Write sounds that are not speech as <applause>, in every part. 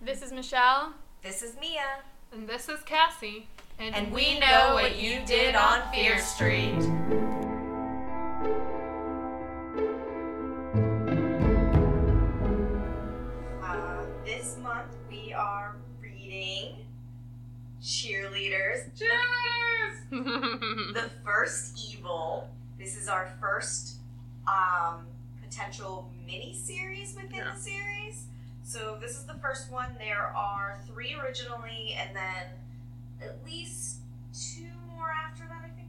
This is Michelle. This is Mia, And this is Cassie. and we know what you did on Fear Street. Uh, this month we are reading Cheerleaders, <laughs> Cheers! The First Evil. This is our first um, potential mini series within Yeah. the series. So this is the first one. There are three originally, and then at least two more after that. I think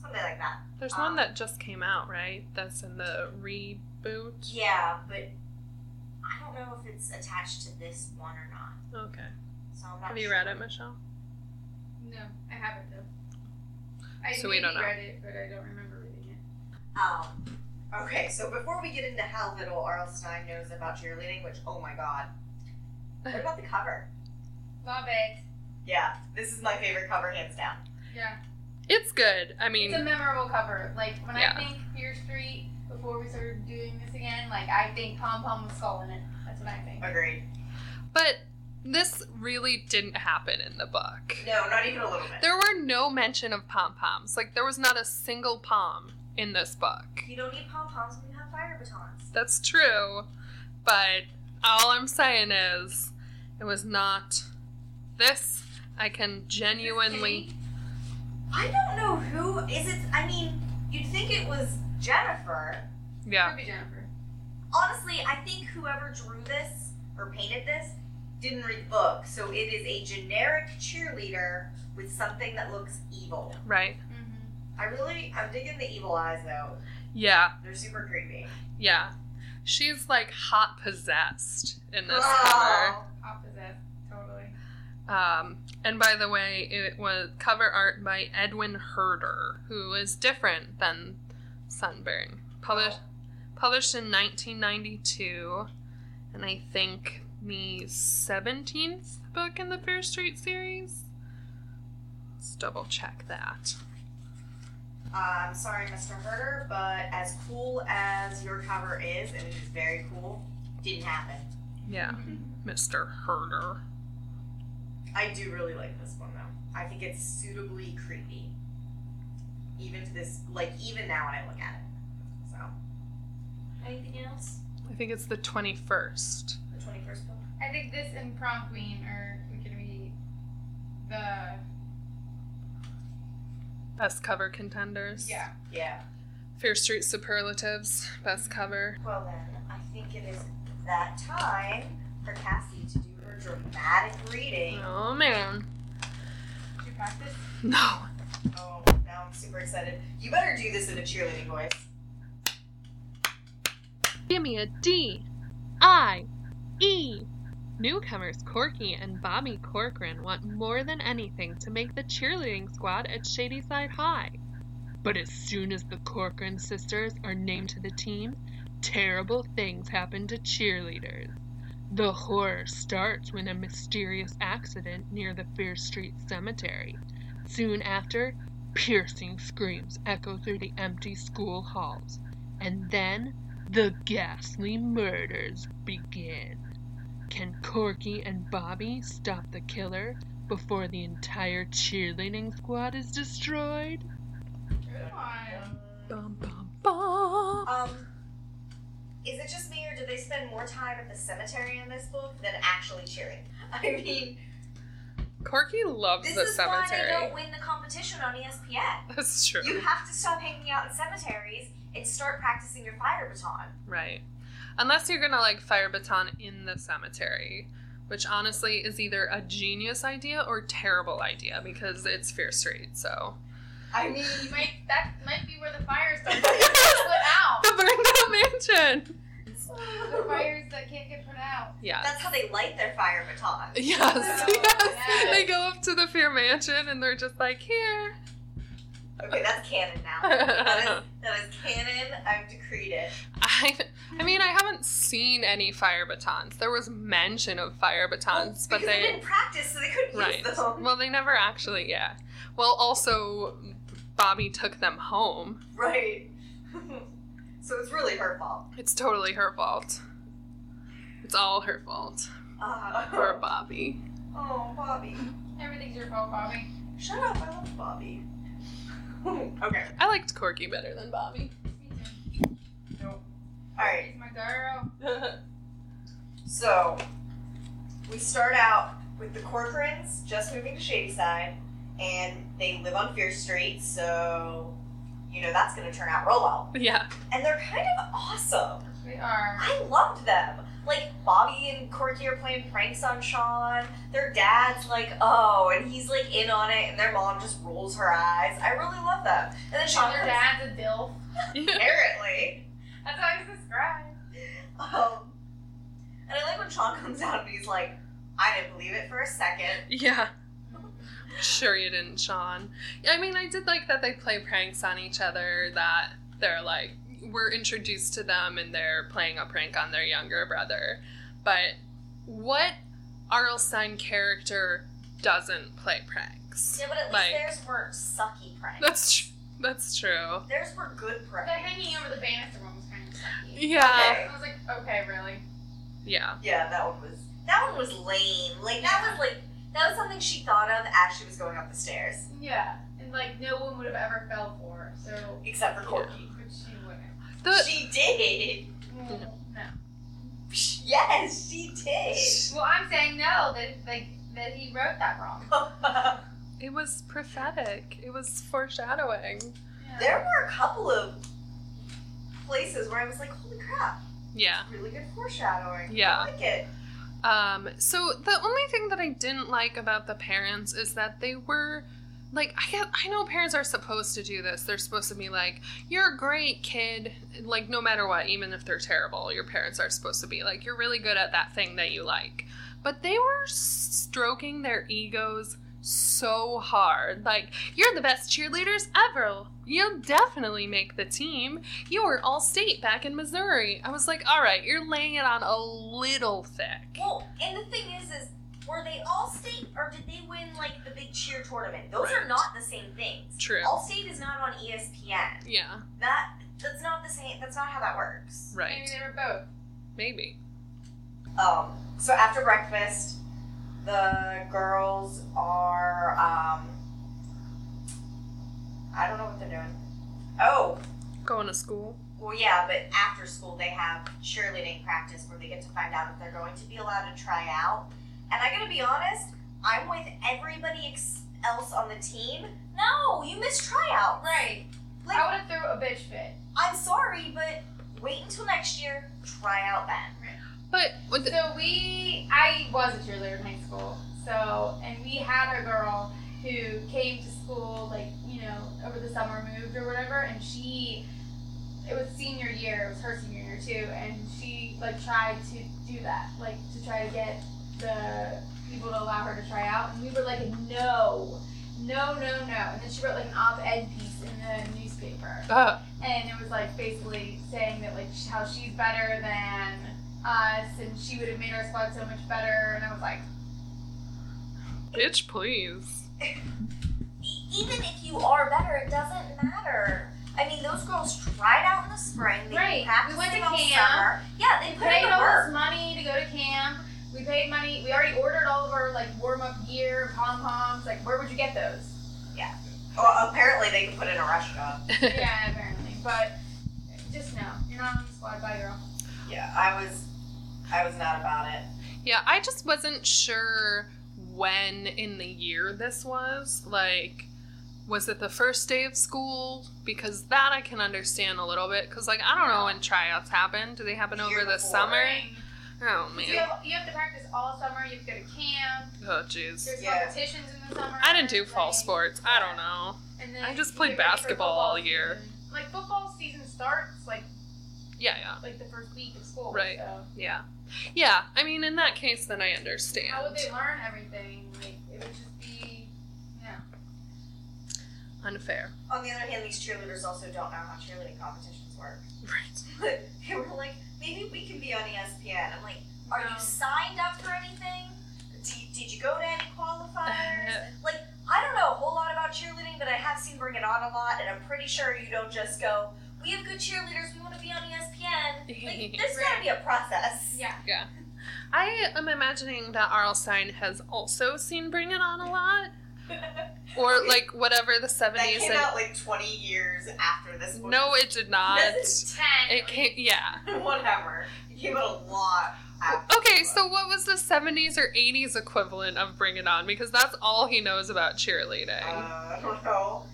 something like that. There's one that just came out, right? That's in the reboot. Yeah, but I don't know if it's attached to this one or not. Okay. So I'm not Have you sure. read it, Michelle? No, I haven't though. I So we don't maybe know. read it, but I don't remember reading it. Um, okay, so before we get into how little Arlstein knows about cheerleading, which oh my god, what about the cover? Love it. Yeah, this is my favorite cover, hands down. Yeah. It's good. I mean, It's a memorable cover. Like when Yeah. I think Fear Street before we started doing this again, like I think Pom Pom with Skull in it. That's what I think. Agreed. but this really didn't happen in the book. No, not even a little bit. There were no mention of pom poms. Like, there was not a single pom in this book. You don't need pom poms when you have fire batons. That's true. But all I'm saying is, it was not this. I can genuinely. I don't know who is it. I mean, you'd think it was Jennifer. Yeah. Could be Jennifer. Honestly, I think whoever drew this or painted this didn't read the book, so it is a generic cheerleader with something that looks evil. Right? Mm-hmm. I really, I'm digging the evil eyes though. Yeah. They're super creepy. Yeah. She's like hot possessed in this Oh. Opposite. Totally. cover. Um, and by the way, it was cover art by Edwin Herder, who is different than Sunburn. Published published in 1992, and I think the 17th book in the Fair Street series. Let's double check that. Uh, I'm sorry, Mr. Herder, but as cool as your cover is, and it is very cool, didn't happen. Yeah, Mr. Herder. I do really like this one though. I think it's suitably creepy. Even to this, like even now when I look at it. So. Anything else? I think it's the 21st. The twenty first book. I think this and Prom Queen are gonna be the Best cover contenders. yeah. Yeah. Fair Street Superlatives, best cover. Well then, I think it is that time for Cassie to do her dramatic reading. Oh man. <laughs> Did you practice? No. Oh, now I'm super excited. You better do this in a cheerleading voice. Give me a D. I. E. Newcomers Corky and Bobby Corcoran want more than anything to make the cheerleading squad at Shadyside High. But as soon as the Corcoran sisters are named to the team, terrible things happen to cheerleaders. The horror starts when a mysterious accident near the Fair Street Cemetery. Soon after, piercing screams echo through the empty school halls. And then, the ghastly murders begin. Can Corky and Bobby stop the killer before the entire cheerleading squad is destroyed? Come on. Bum bum bum. Um, is it just me or do they spend more time at the cemetery in this book than actually cheering? <laughs> I mean, Corky loves this the is why they cemetery. don't win the competition on E ESPN. <laughs> That's true. You have to stop hanging out in cemeteries and start practicing your fire baton. Right. Unless you're gonna like fire baton in the cemetery, which honestly is either a genius idea or terrible idea because it's Fear Street, so. I mean, You might that might be where the fire <laughs> starts. put out. The burned out mansion! The fires that can't get put out. Yeah. that's how they light their fire baton. Yes, Oh, yes. yes. They go up to the Fear Mansion and they're just like, here. Okay, that's canon <laughs> now. That I, is, that is canon. I've decreed it. I mean, I haven't seen any fire batons. There was mention of fire batons, but Well, Oh, because they they. didn't practice, so they couldn't Right. use them. Well, they never actually, yeah. Well, also, Bobby took them home. <laughs> Right. <laughs> so it's really her fault. It's totally her fault. It's all her fault. Uh, Poor Bobby. <laughs> oh, Bobby. Everything's your fault, Bobby. Shut up, I love Bobby. <laughs> okay. I liked Corky better than Bobby. <laughs> Me too. Alright, It's my girl. so we start out with the Corcorans just moving to Shadyside, and they live on Fear Street, so you know that's gonna turn out real well. yeah. And they're kind of awesome. We are. I loved them. Like Bobby and Corky are playing pranks on Sean. Their dad's like, oh, and he's like in on it, and their mom just rolls her eyes. I really love them. And then Sean, Their comes- dad's a dilf. <laughs> apparently. That's how he's <laughs> described. Um, and I like when Sean comes out and he's like, I didn't believe it for a second. yeah. Sure you didn't, Sean. I mean, I did like that they play pranks on each other, that they're like, we're introduced to them and they're playing a prank on their younger brother. But what Arlstein character doesn't play pranks? Yeah, but at least Like- theirs were sucky <laughs> pranks. That's tr- that's true. Theirs were good The pranks. hanging over the banister one was kind of sucky. Yeah. Okay. I was like, okay, really? Yeah. Yeah, that one was that one was lame. Like that was like that was something she thought of as she was going up the stairs. Yeah. And like, no one would have ever fell for, her, so. Except for Corky. But she wouldn't. The She did. <laughs> Well, no. Yes, she did. <laughs> Well, I'm saying no, that, like, that he wrote that wrong. it was prophetic. It was foreshadowing. Yeah. there were a couple of places where I was like, holy crap, Yeah. really good foreshadowing. Yeah. I like it. Um, so the only thing that I didn't like about the parents is that they were like I get, I know parents are supposed to do this. They're supposed to be like, "You're a great kid," like no matter what, even if they're terrible, your parents are supposed to be like, "You're really good at that thing that you like." But they were stroking their egos so hard. Like, "You're the best cheerleaders ever. You'll definitely make the team. You were all state back in Missouri." I was like, "All right, you're laying it on a little thick." Well, and the thing is, is were they all state or did they win like the big cheer tournament? Those Right. are not the same things. True. All state is not on E ESPN. Yeah, That that's not the same. That's not how that works. Maybe they were both. Maybe. Um. So after breakfast, the girls are um. I don't know what they're doing. Oh, Going to school. Well, yeah, but after school they have cheerleading practice where they get to find out if they're going to be allowed to try out. And I gotta be honest, I'm with everybody ex- else on the team. No, you missed tryout. Right. Like, I would have threw a bitch fit. I'm sorry, but wait until next year, try out then. But with the, So we, I was a cheerleader in high school. So, and we had a girl who came to school, like, you know, over the summer moved or whatever, and she, it was senior year, it was her senior year too, and she, like, tried to do that, like, to try to get the people to allow her to try out, and we were like, no, no, no, no. And then she wrote, like, an op ed piece in the newspaper uh, and it was like basically saying that like sh- how she's better than us and she would have made our squad so much better and i was like bitch, please. E- Even if you are better, it doesn't matter. I mean, those girls tried out in the spring. They Right. practiced We went to all camp. summer. Yeah, they we put in paid the all work. this money to go to camp we paid money we already ordered all of our like warm-up gear pom poms like where would you get <laughs> those Well, apparently they can put in a rush job. yeah apparently but just no you're not on the squad bye girl Yeah, I was, I was not about it. Yeah, I just wasn't sure when in the year this was. Like, was it the first day of school? Because that I can understand a little bit. Because, like, I don't know when tryouts happen. Do they happen Year over the before. summer? Oh, So you man. have, you have to practice all summer you have to go to camp Oh, jeez. there's Yeah. competitions in the summer I didn't do fall like- sports. I don't know. And then I just you played get ready for basketball football all year. season. Like football season starts like Yeah, yeah, like the first week of school. Right. So yeah. Yeah, I mean, in that case, then I how would understand. they learn everything? Like it would just be yeah. Unfair. On the other hand, these cheerleaders also don't know how cheerleading competitions work. <laughs> Right. they were like, maybe we can be on E ESPN. I'm like, are No. you signed up for anything? Did, did you go to any <laughs> qualifiers? like, I don't know a whole lot about cheerleading, but I have seen Bring It On a lot, and I'm pretty sure you don't just go, we E <laughs> have good cheerleaders, we want to be on ESPN. Like, there's got to be a process. Yeah. I am imagining that Arlstein has also seen Bring It On a lot, <laughs> or like whatever the that seventies. came out like 20 years after this movie. No, it did not. <laughs> This Ten. It came, yeah. <laughs> Whatever. It came out a lot after. Okay, so what was the seventies or eighties equivalent of Bring It On? Because that's all he knows about cheerleading. Uh, I don't know.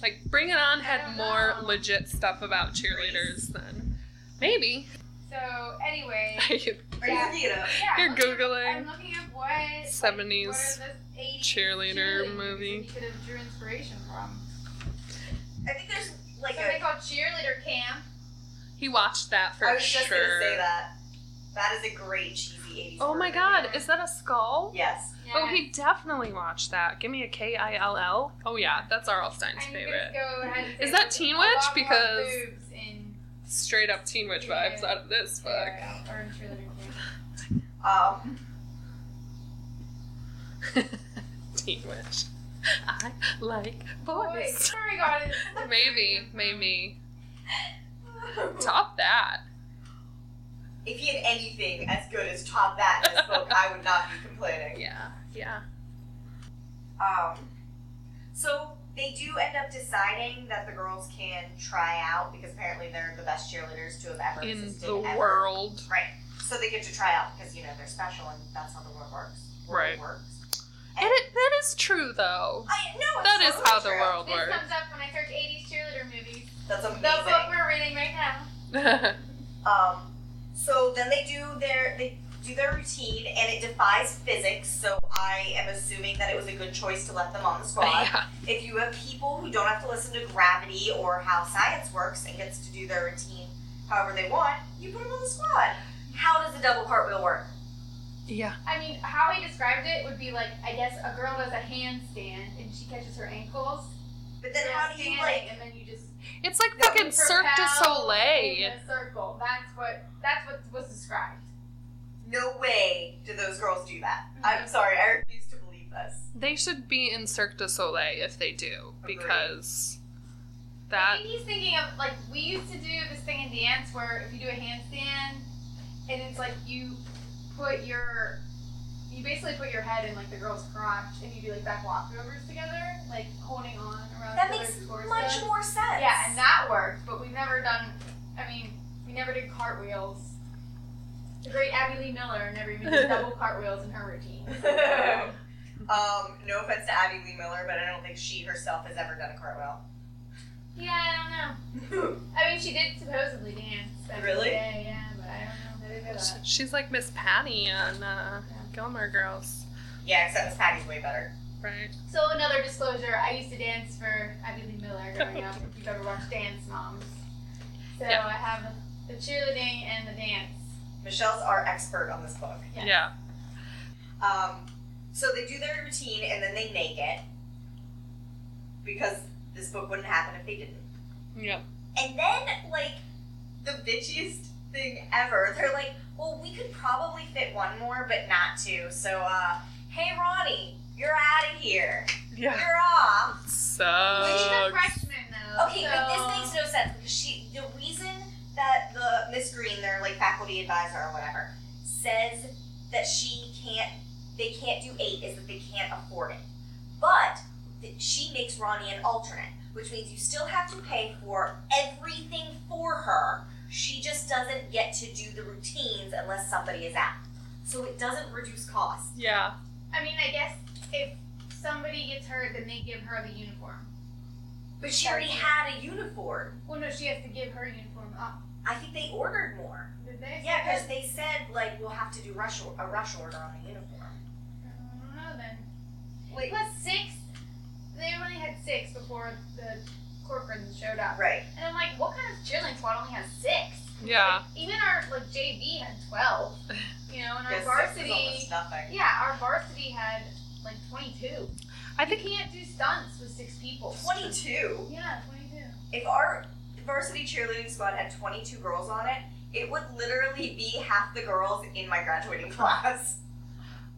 Like Bring It On I had don't more know. legit stuff about cheerleaders than maybe. <laughs> So anyway, Are you Yeah. looking it up? yeah, You're I'm looking- Googling I'm looking up what like, 70s what are the 80s cheerleader cheerleading movie. movies that we could have drew inspiration from. I think there's like Something a. called cheerleader camp. he watched that for I was just sure. gonna say that. That is a great cheesy 80s. Oh my movie. god, is that a skull? Yes. Oh, he definitely watched that. Give me a K I L L. Oh yeah, that's Arlstein's I'm favorite. Gonna go ahead and say Is that there's Teen a Witch? lot more Because- boobs in Straight up Teen Witch Yeah. vibes out of this book. Sarah or in cheerleader camp. <laughs> Um, <laughs> teen Witch. I like boys. Boys. Oh my god. it's- <laughs> Maybe, maybe top that. <laughs> if he had anything as good as Top That in this book, I would not be complaining. <laughs> Yeah, yeah. Um, so they do end up deciding that the girls can try out because apparently they're the best cheerleaders to have ever In existed the ever. world, Right. So they get to try out because you know they're special and that's how the world works. World Right. Works. and it that is true though. I <laughs> know it's That is totally how the true. world This comes up when I search 80s cheerleader movies. That's The book amazing. we're reading right now. works. Um, so then they do their they do their routine and it defies physics. So I am assuming that it was a good choice to let them on the squad. yeah. if you have people who don't have to listen to gravity or how science works and gets to do their routine however they want, you put them on the squad. How does a double cartwheel work? Yeah. I mean, how he described it would be like, I guess a girl does a handstand and she catches her ankles. But then how do you standing, like? And then you just It's like That fucking Cirque du propel in Soleil. a circle. That's what. That's what was described. No way do those girls do that. Mm-hmm. I'm sorry, I refuse to believe this. They should be in Cirque du Soleil if they do, Agreed. because I that think he's thinking of like we used to do this thing in dance where if you do a handstand, and it's like you put your you basically put your head in like the girl's crotch and you do like back walkovers together, like holding on around That each makes other's torso. much more sense. Yeah, and that worked, but we've never done. I mean, we never did cartwheels. The great Abby Lee Miller never even <laughs> did double cartwheels in her routine. um, no offense to Abby Lee Miller, but I don't think she herself has ever done a cartwheel. Yeah, I don't know. I mean, she did supposedly dance. back in the Really? day, yeah, but I don't know if they did sh- that. she's like Miss Patty on uh, Gilmore Girls, yeah, except Miss Patty's way better. right? So another disclosure: I used to dance for Abby Lee Miller growing up. If you've ever watched Dance Moms, so Yeah. I have the cheerleading and the dance. Michelle's our expert on this book. Yeah. yeah. Um, so they do their routine and then they make it because this book wouldn't happen if they didn't. Yeah. And then, like, the bitchiest thing ever, they're like, well, we could probably fit one more, but not two. So, uh, hey, Ronnie, you're out of here. Yeah. You're off. Well, she's a Sucks. freshman though. Okay, but so- this makes no sense because she the reason that the Miss Green, their like faculty advisor or whatever, says that she can't they can't do eight is that they can't afford it. But th- she makes Ronnie an alternate, which means you still have to pay for everything for her. She just doesn't get to do the routines unless somebody is out. So it doesn't reduce cost. Yeah. I mean, I guess if somebody gets hurt, then they give her the uniform. But she already had a uniform. Well, no, she has to give her uniform up. I think they ordered more. Did they? say Yeah, because that? they said like we'll have to do rush or- a rush order on the uniform. I don't know then. Wait, Plus six. They only had six before the Corcorans showed up. right? And I'm like, what kind of cheerleading squad only has six? Yeah. Even our like JV had twelve. You know, and our Yes, this is varsity. almost nothing. Yeah, our varsity had like 22. I You think can't do stunts with six people. Twenty-two. Yeah, 22. If our varsity cheerleading squad had twenty-two girls on it, it would literally be half the girls in my graduating <laughs> class.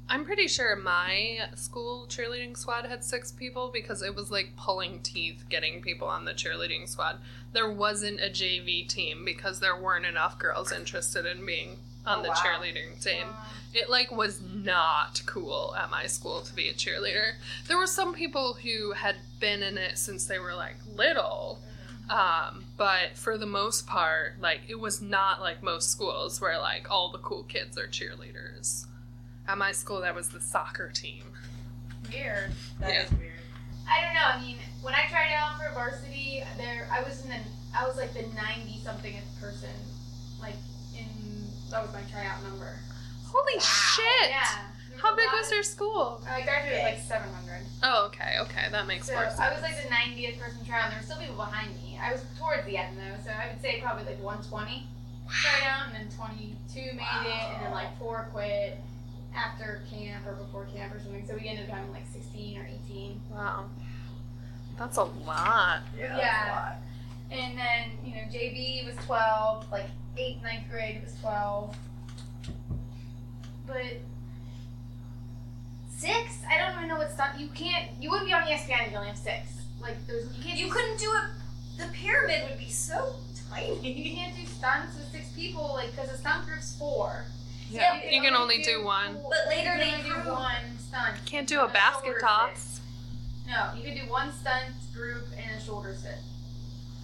I'm pretty sure my school cheerleading squad had six people because it was like pulling teeth getting people on the cheerleading squad. There wasn't a JV team because there weren't enough girls interested in being on Oh, the wow. cheerleading team. It like was not cool at my school to be a cheerleader. There were some people who had been in it since they were like little, um, but for the most part, like it was not like most schools where like all the cool kids are cheerleaders. At my school, that was the soccer team. Weird. That Yeah. is weird. I don't know. I mean, when I tried out for varsity, there I was in the I was like the ninety something person, like in that was my tryout number. Holy shit! Yeah. There How a big lot was of- your school? I graduated with like seven hundred. Oh, okay, okay, that makes So more sense. I was like the ninetieth person tryout. And there were still people behind me. I was towards the end though, so I would say probably like one twenty tryout, and then twenty two made it, and then like four quit after camp or before camp or something. So we ended up having like sixteen or eighteen. Wow, that's a lot. that's a Yeah. And then, you know, JV was 12, like 8th, ninth grade was 12. But 6? I don't even know what stuff. You can't, you wouldn't be on E ESPN if you only have 6. Like, there's, you can't, You couldn't do it. The pyramid would be so you tiny. <laughs> can't do stunts with 6 people, like, because a stunt group's 4. Yeah, So you can only do one. four- But later you they can only do grew- one stunt. Can't and do a a basket shoulder toss. sit. No, you can do one stunt group and a shoulder sit.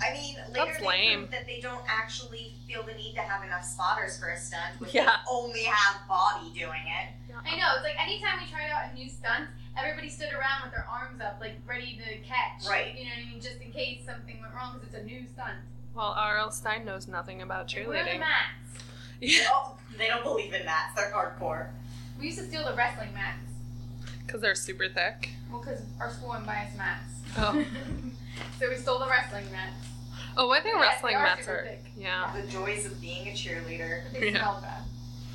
I mean, later That's they lame. proved that they don't actually feel the need to have enough spotters for a stunt. When Yeah. They only have body doing it. I know. It's like anytime we tried out a new stunt, everybody stood around with their arms up, like ready to catch. Right. You know what I mean? Just in case something went wrong, because it's a new stunt. Well, R.L. Stein knows nothing about We're the cheerleading. mats. Oh, they don't believe in mats. They're hardcore. We used to steal the wrestling mats. Because they're super thick. Well, because our school wouldn't buy us mats. Oh, <laughs> so we stole the wrestling mats. oh I think Yeah, wrestling they are mats super are. thick. Yeah. Uh, The joys of being a cheerleader. But they Yeah. smelled bad.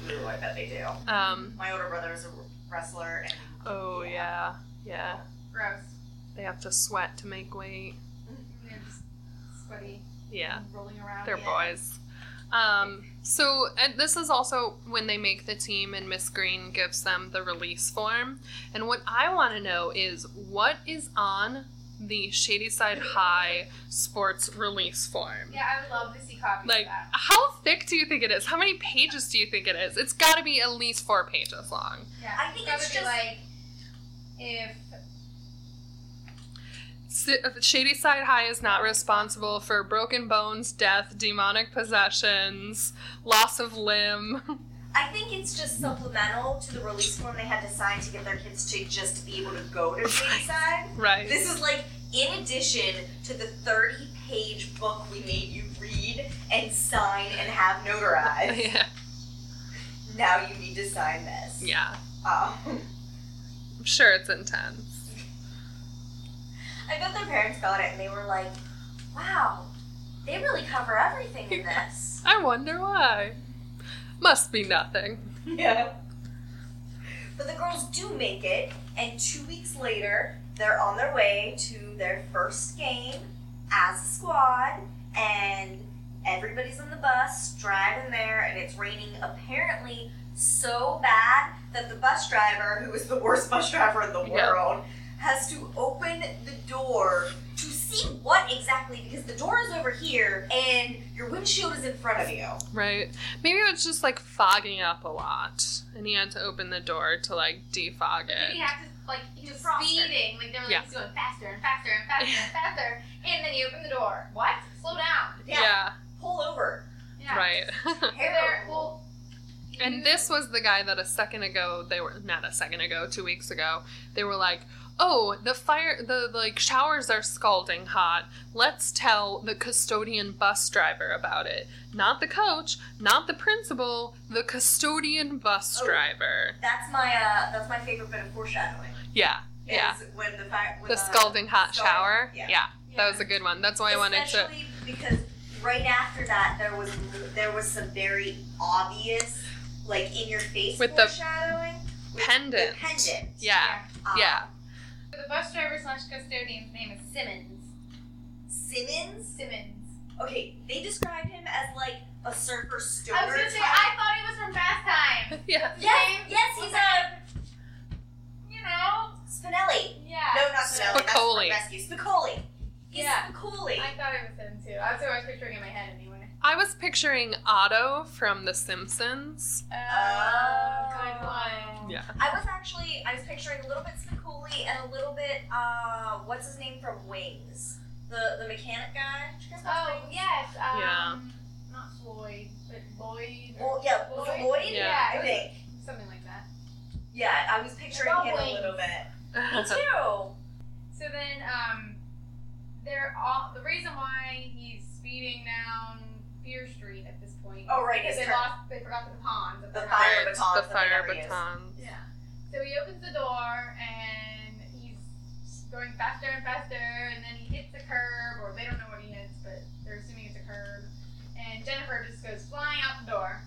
Ooh, I bet they do. Um. My older brother is a wrestler, and Oh yeah. Yeah. Gross. They have to sweat to make weight. And they're just sweaty. Yeah. and Rolling around. They're Yeah. boys. Um. So and this is also when they make the team, and Miss Green gives them the release form. And what I want to know is what is on the Shady Side High sports release form. Yeah, I would love to see copies Like, of that. how thick do you think it is? How many pages do you think it is? It's got to be at least four pages long. Yeah. I think gotta it's be just- like if S- Shady Side High is not responsible for broken bones, death, demonic possessions, loss of limb. <laughs> I think it's just supplemental to the release form they had to sign to get their kids to just be able to go to Shady Side. Right. This is like in addition to the 30 page book we made you read and sign and have notarized. <laughs> yeah. now you need to sign this. Yeah. Um, <laughs> I'm sure it's intense. I bet their parents got it and they were like, wow, they really cover everything in this. I wonder why. Must be nothing. <laughs> Yeah. But the girls do make it, and two weeks later, they're on their way to their first game as a squad, and everybody's on the bus driving there, and it's raining apparently so bad that the bus driver, who is the worst bus driver in the Yeah. world, has to open the door to see what exactly, because the door is over here, and your windshield is in front of you. Right. Maybe it was just like fogging up a lot, and he had to open the door to like defog Did he it. have to like he was Defrost it. speeding? Like they were like Yeah. he's going faster and faster and faster <laughs> and faster, and then he opened the door. What? Slow down. Pull over. Yeah. yeah. Right. <laughs> So there, well, you- And this was the guy that a second ago they were not a second ago, two weeks ago they were like, "Oh, the fire, the like showers are scalding hot. Let's tell the custodian bus driver about it. Not the coach, not the principal, the custodian bus Oh. driver. That's my uh, that's my favorite bit of foreshadowing. Yeah, yeah. Is when the fact when The scalding hot scalding- shower. Yeah. that was a good one. That's why I wanted to. Especially because right after that there was there was some very obvious like in your face With the foreshadowing with pendant. The pendant. Yeah, Um, yeah. So the bus driver slash custodian's name is Simmons. Simmons. Simmons. Okay, they described him as like a surfer stoner. I was gonna say type. I thought he was from Fast Time. <laughs> Yeah. yes, yes, he's a You know? Spinelli. Yeah. No, not Spinelli. That's from Spicoli. Rescue. Spicoli. He's Yeah. Spicoli. I thought it was him too. That's who I was picturing in my head anyway. I I was picturing Otto from The Simpsons. Oh, good one. Yeah. I was actually I was picturing a little bit Spicoli and a little bit uh what's his name from Wings, the the mechanic guy. Did you guys watch Oh Wings? yes. Um, Yeah. Not Floyd, but Boyd. Well, yeah, was it Lloyd? Yeah. I it was think. something like that. Yeah, I was picturing About him Wings. a little <laughs> bit. Me too. So then, um, they're all the reason why he's speeding down Fear Street at this point. Oh, right, Because his they turn. lost. They forgot the pawns. at The their fire house. Right, batons the that they fire never use. baton. Yeah. So he opens the door and he's going faster and faster, and then he hits the curb, or they don't know what he hits, but they're assuming it's a curb. And Jennifer just goes flying out the door.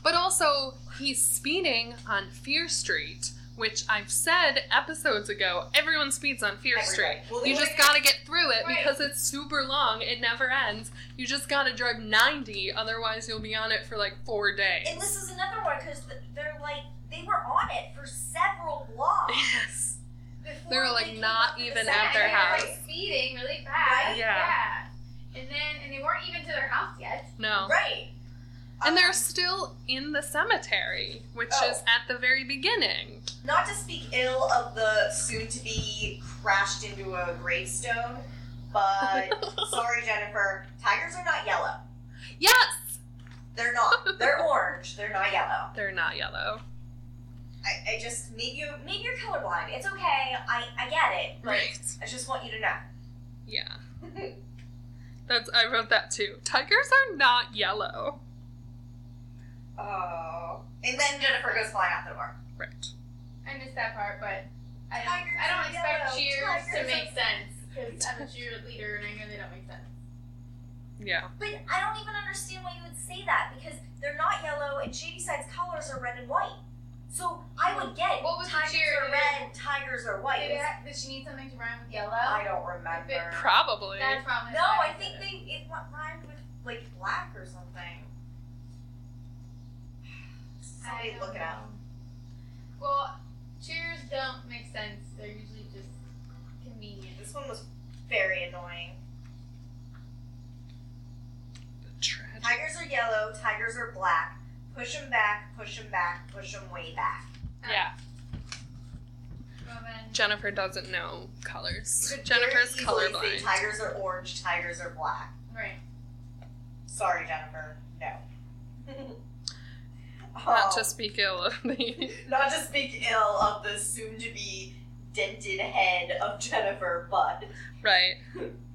But also, he's speeding on Fear Street, which I've said episodes ago. Everyone speeds on Fear Street. Everybody. Well, You the just only- gotta get through it Right. because it's super long. It never ends. You just gotta drive 90, otherwise, you'll be on it for like four days. And this is another one because they're like they were on it for several blocks. Yes. Before <laughs> They were they like came up not with even the at their and they were, house. like, speeding really fast. Right? Yeah. yeah. And then, and they weren't even to their house yet. No. Right. And Um, they're still in the cemetery, which Oh. is at the very beginning. Not to speak ill of the soon to be crashed into a gravestone, <laughs> but sorry, Jennifer, tigers are not yellow. Yes! They're not. <laughs> They're orange. They're not yellow. They're not yellow. I, I just maybe you maybe you're colorblind. It's okay. I, I get it. But I just want you to know. Yeah. <laughs> That's I wrote that too. Tigers are not yellow. Oh. And then Jennifer goes flying out the door. Right. I missed that part, but I don't, Tigers I don't are expect yellow. cheers to Tigers make are- sense because I'm a cheerleader and I know they don't make sense. Yeah. But I don't even understand why you would say that because they're not yellow and Shady Side's colors are red and white. So I would get What was the tigers cheer? are red, tigers are Did, it white. ha- did she need something to rhyme with yellow? Oh, I don't remember. Probably. That's probably No, why I said think it. they it wa- rhymed with like black or <sighs> something. Somebody don't look it up. know. Well, cheers don't make sense. They're usually just convenient. This one was very annoying. Tragic. Tigers are yellow, tigers are black. Push them back, push them back, push them way back. Yeah. Well then, Jennifer doesn't know colors. You could very Jennifer's easily Say colorblind. tigers are orange, tigers are black. right. Sorry, Jennifer. No. <laughs> Not Oh, to speak ill of <laughs> the not to speak ill of the soon-to-be dented head of Jennifer Budd. Right.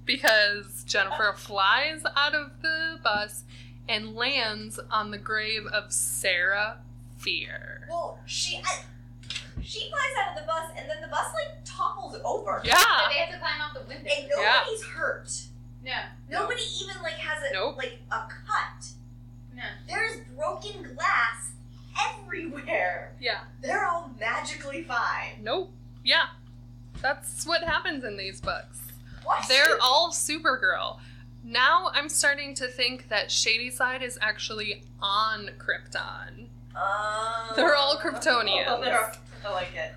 Because Jennifer flies out of the bus and lands on the grave of Sarah Fear. Well, she I, she flies out of the bus, and then the bus like topples over. So Yeah. they have to climb out the window. And Yeah. nobody's hurt. No, Nobody even like has a Nope. like a cut. no. There's broken glass everywhere. Yeah. They're all magically fine. Nope. Yeah. That's what happens in these books. What? They're all Supergirl. Now I'm starting to think that Shady Side is actually on Krypton. Oh. They're all Kryptonians. They're- I like it.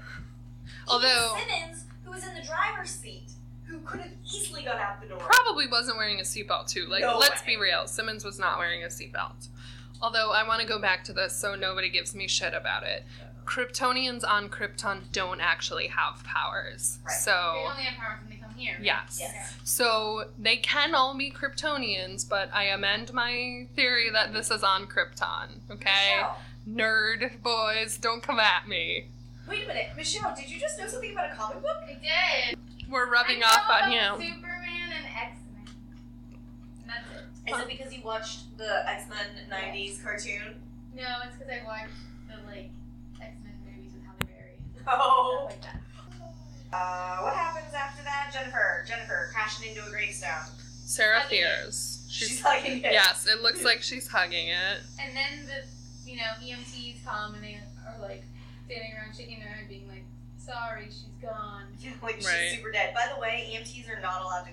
Although- Even Simmons, who was in the driver's seat, who could have easily gone out the door. Probably wasn't wearing a seatbelt too. Like, No let's way. be real, Simmons was not wearing a seatbelt. Although I want to go back to this so nobody gives me shit about it. Kryptonians on Krypton don't actually have powers. Right. They So only have powers when they come here. right? yes. Yes. So they can all be Kryptonians, but I amend my theory that this is on Krypton. Okay? Michelle, Nerd boys, don't come at me. wait a minute, Michelle. Did you just know something about a comic book? They did. We're rubbing I off know on about you. Superman and X Men. That's it. Is it because you watched the X Men '90s <laughs> cartoon? No, it's because I watched the like X Men movies with Halle Berry and stuff Oh. like that. Uh, what happens after that, Jennifer? Jennifer crashing into a gravestone. Sarah Hugging it. fears. She's, She's <laughs> hugging it. yes, it looks like she's hugging it. And then the you know EMTs come and they are like standing around shaking their head, being like, "Sorry, she's gone." Yeah, <laughs> like she's Right. super dead. By the way, EMTs are not allowed to,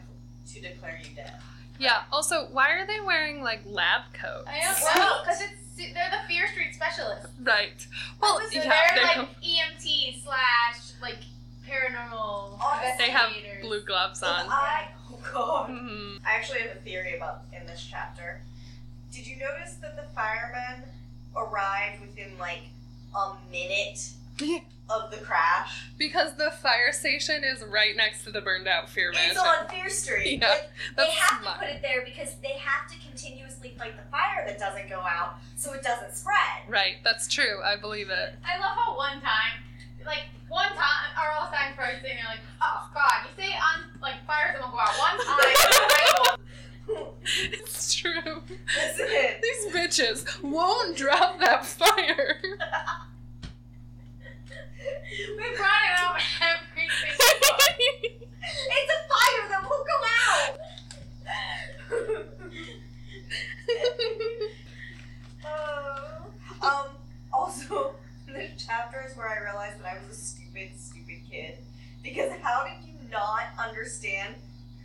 to declare you dead. Yeah. Also, why are they wearing like lab coats? I don't know because it's they're the Fear Street specialists. Right. Well, so yeah, they're, they like have, EMT slash like paranormal Honestly, they have investigators. Oh, blue gloves on. I God. Mhm. I actually have a theory about in this chapter. Did you notice that the firemen arrived within like a <laughs> minute Yeah. of the crash? Because the fire station is right next to the burned out fear It's mansion. on Fear Street. <laughs> Yeah, Like, they that's have smart. to put it there because they have to continuously fight the fire that doesn't go out, so it doesn't spread. <laughs> Right, that's true. I believe it. <laughs> I love how one time, like one time, are all signs first and you're like, oh god, you say on like fires and will go out one <laughs> time. I will- It's true. Listen, These bitches won't drop that fire. <laughs> we brought it up every single <laughs> book. it's a fire that won't go out. <laughs> Oh. Um, also, <laughs> this chapter is where I realized that I was a stupid, stupid kid. Because how did you not understand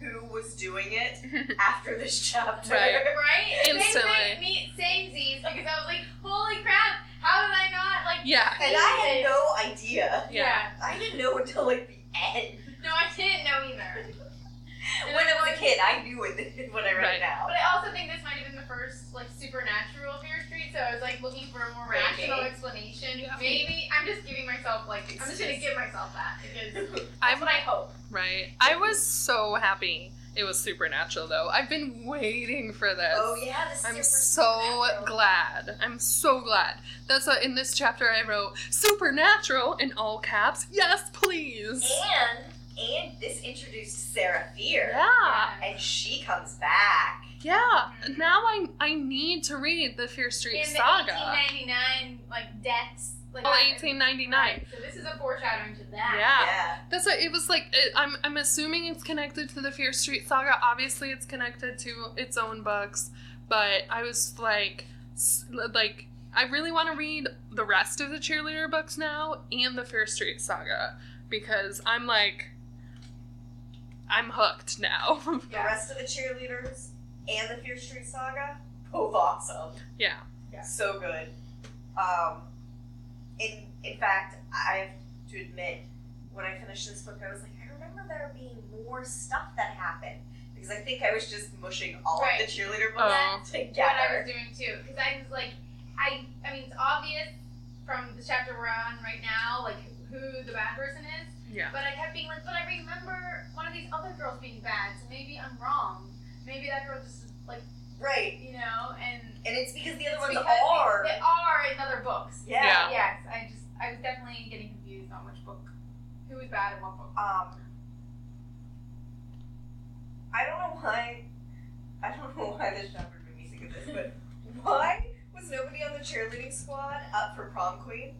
who was doing it <laughs> after this chapter? Right. Right? Instantly. Same thing, me, same Z's, because I was like, holy crap, how did I not, like, <laughs> yeah. And I had no idea. yeah. I didn't know until like the end. No, I didn't know either. When I was a kid, I knew <laughs> it when I read Right. it out. But I also think this might have been the first like supernatural Fear Street, so I was like looking for a more rational Maybe. explanation. Yeah. Maybe I'm just giving myself like I'm just gonna give myself that <laughs> because that's I'm what I hope. right. I was so happy. It was supernatural though. I've been waiting for this. Oh yeah, this is I'm your first so supernatural. glad. I'm so glad. That's what in this chapter I wrote supernatural in all caps. Yes, please. And and this introduced Sarah Fear. Yeah. And she comes back. Yeah. Mhm. Now I I need to read the Fear Street In the Saga. 1899 like deaths, like Oh, 1899. Right, So this is a foreshadowing to that. Yeah. yeah. That's what it was like. It, I'm I'm assuming it's connected to the Fear Street Saga. Obviously, it's connected to its own books, but I was like, s- like I really want to read the rest of the cheerleader books now and the Fear Street Saga because I'm like, I'm hooked now. <laughs> The rest of the cheerleaders and the Fear Street Saga, both awesome. yeah. Yeah. So good. Um, in in fact, I have to admit, when I finished this book, I was like, I remember there being more stuff that happened because I think I was just mushing all of Right. the cheerleader books Oh. what I was together. doing too, because I was like, I, I mean, it's obvious from the chapter we're on right now, like who the bad person is. Yeah. But I kept being like, but I remember one of these other girls being bad, so maybe I'm wrong. Maybe that girl just is, like, Right, you know, and and it's because the it's other ones because are. they, they are in other books. Yeah. Yeah. Yes, I just I was definitely getting confused on which book, who was bad in what book. Um, I don't know why. I don't know why this chapter made me think of this, <laughs> but why was nobody on the cheerleading squad up for prom queen?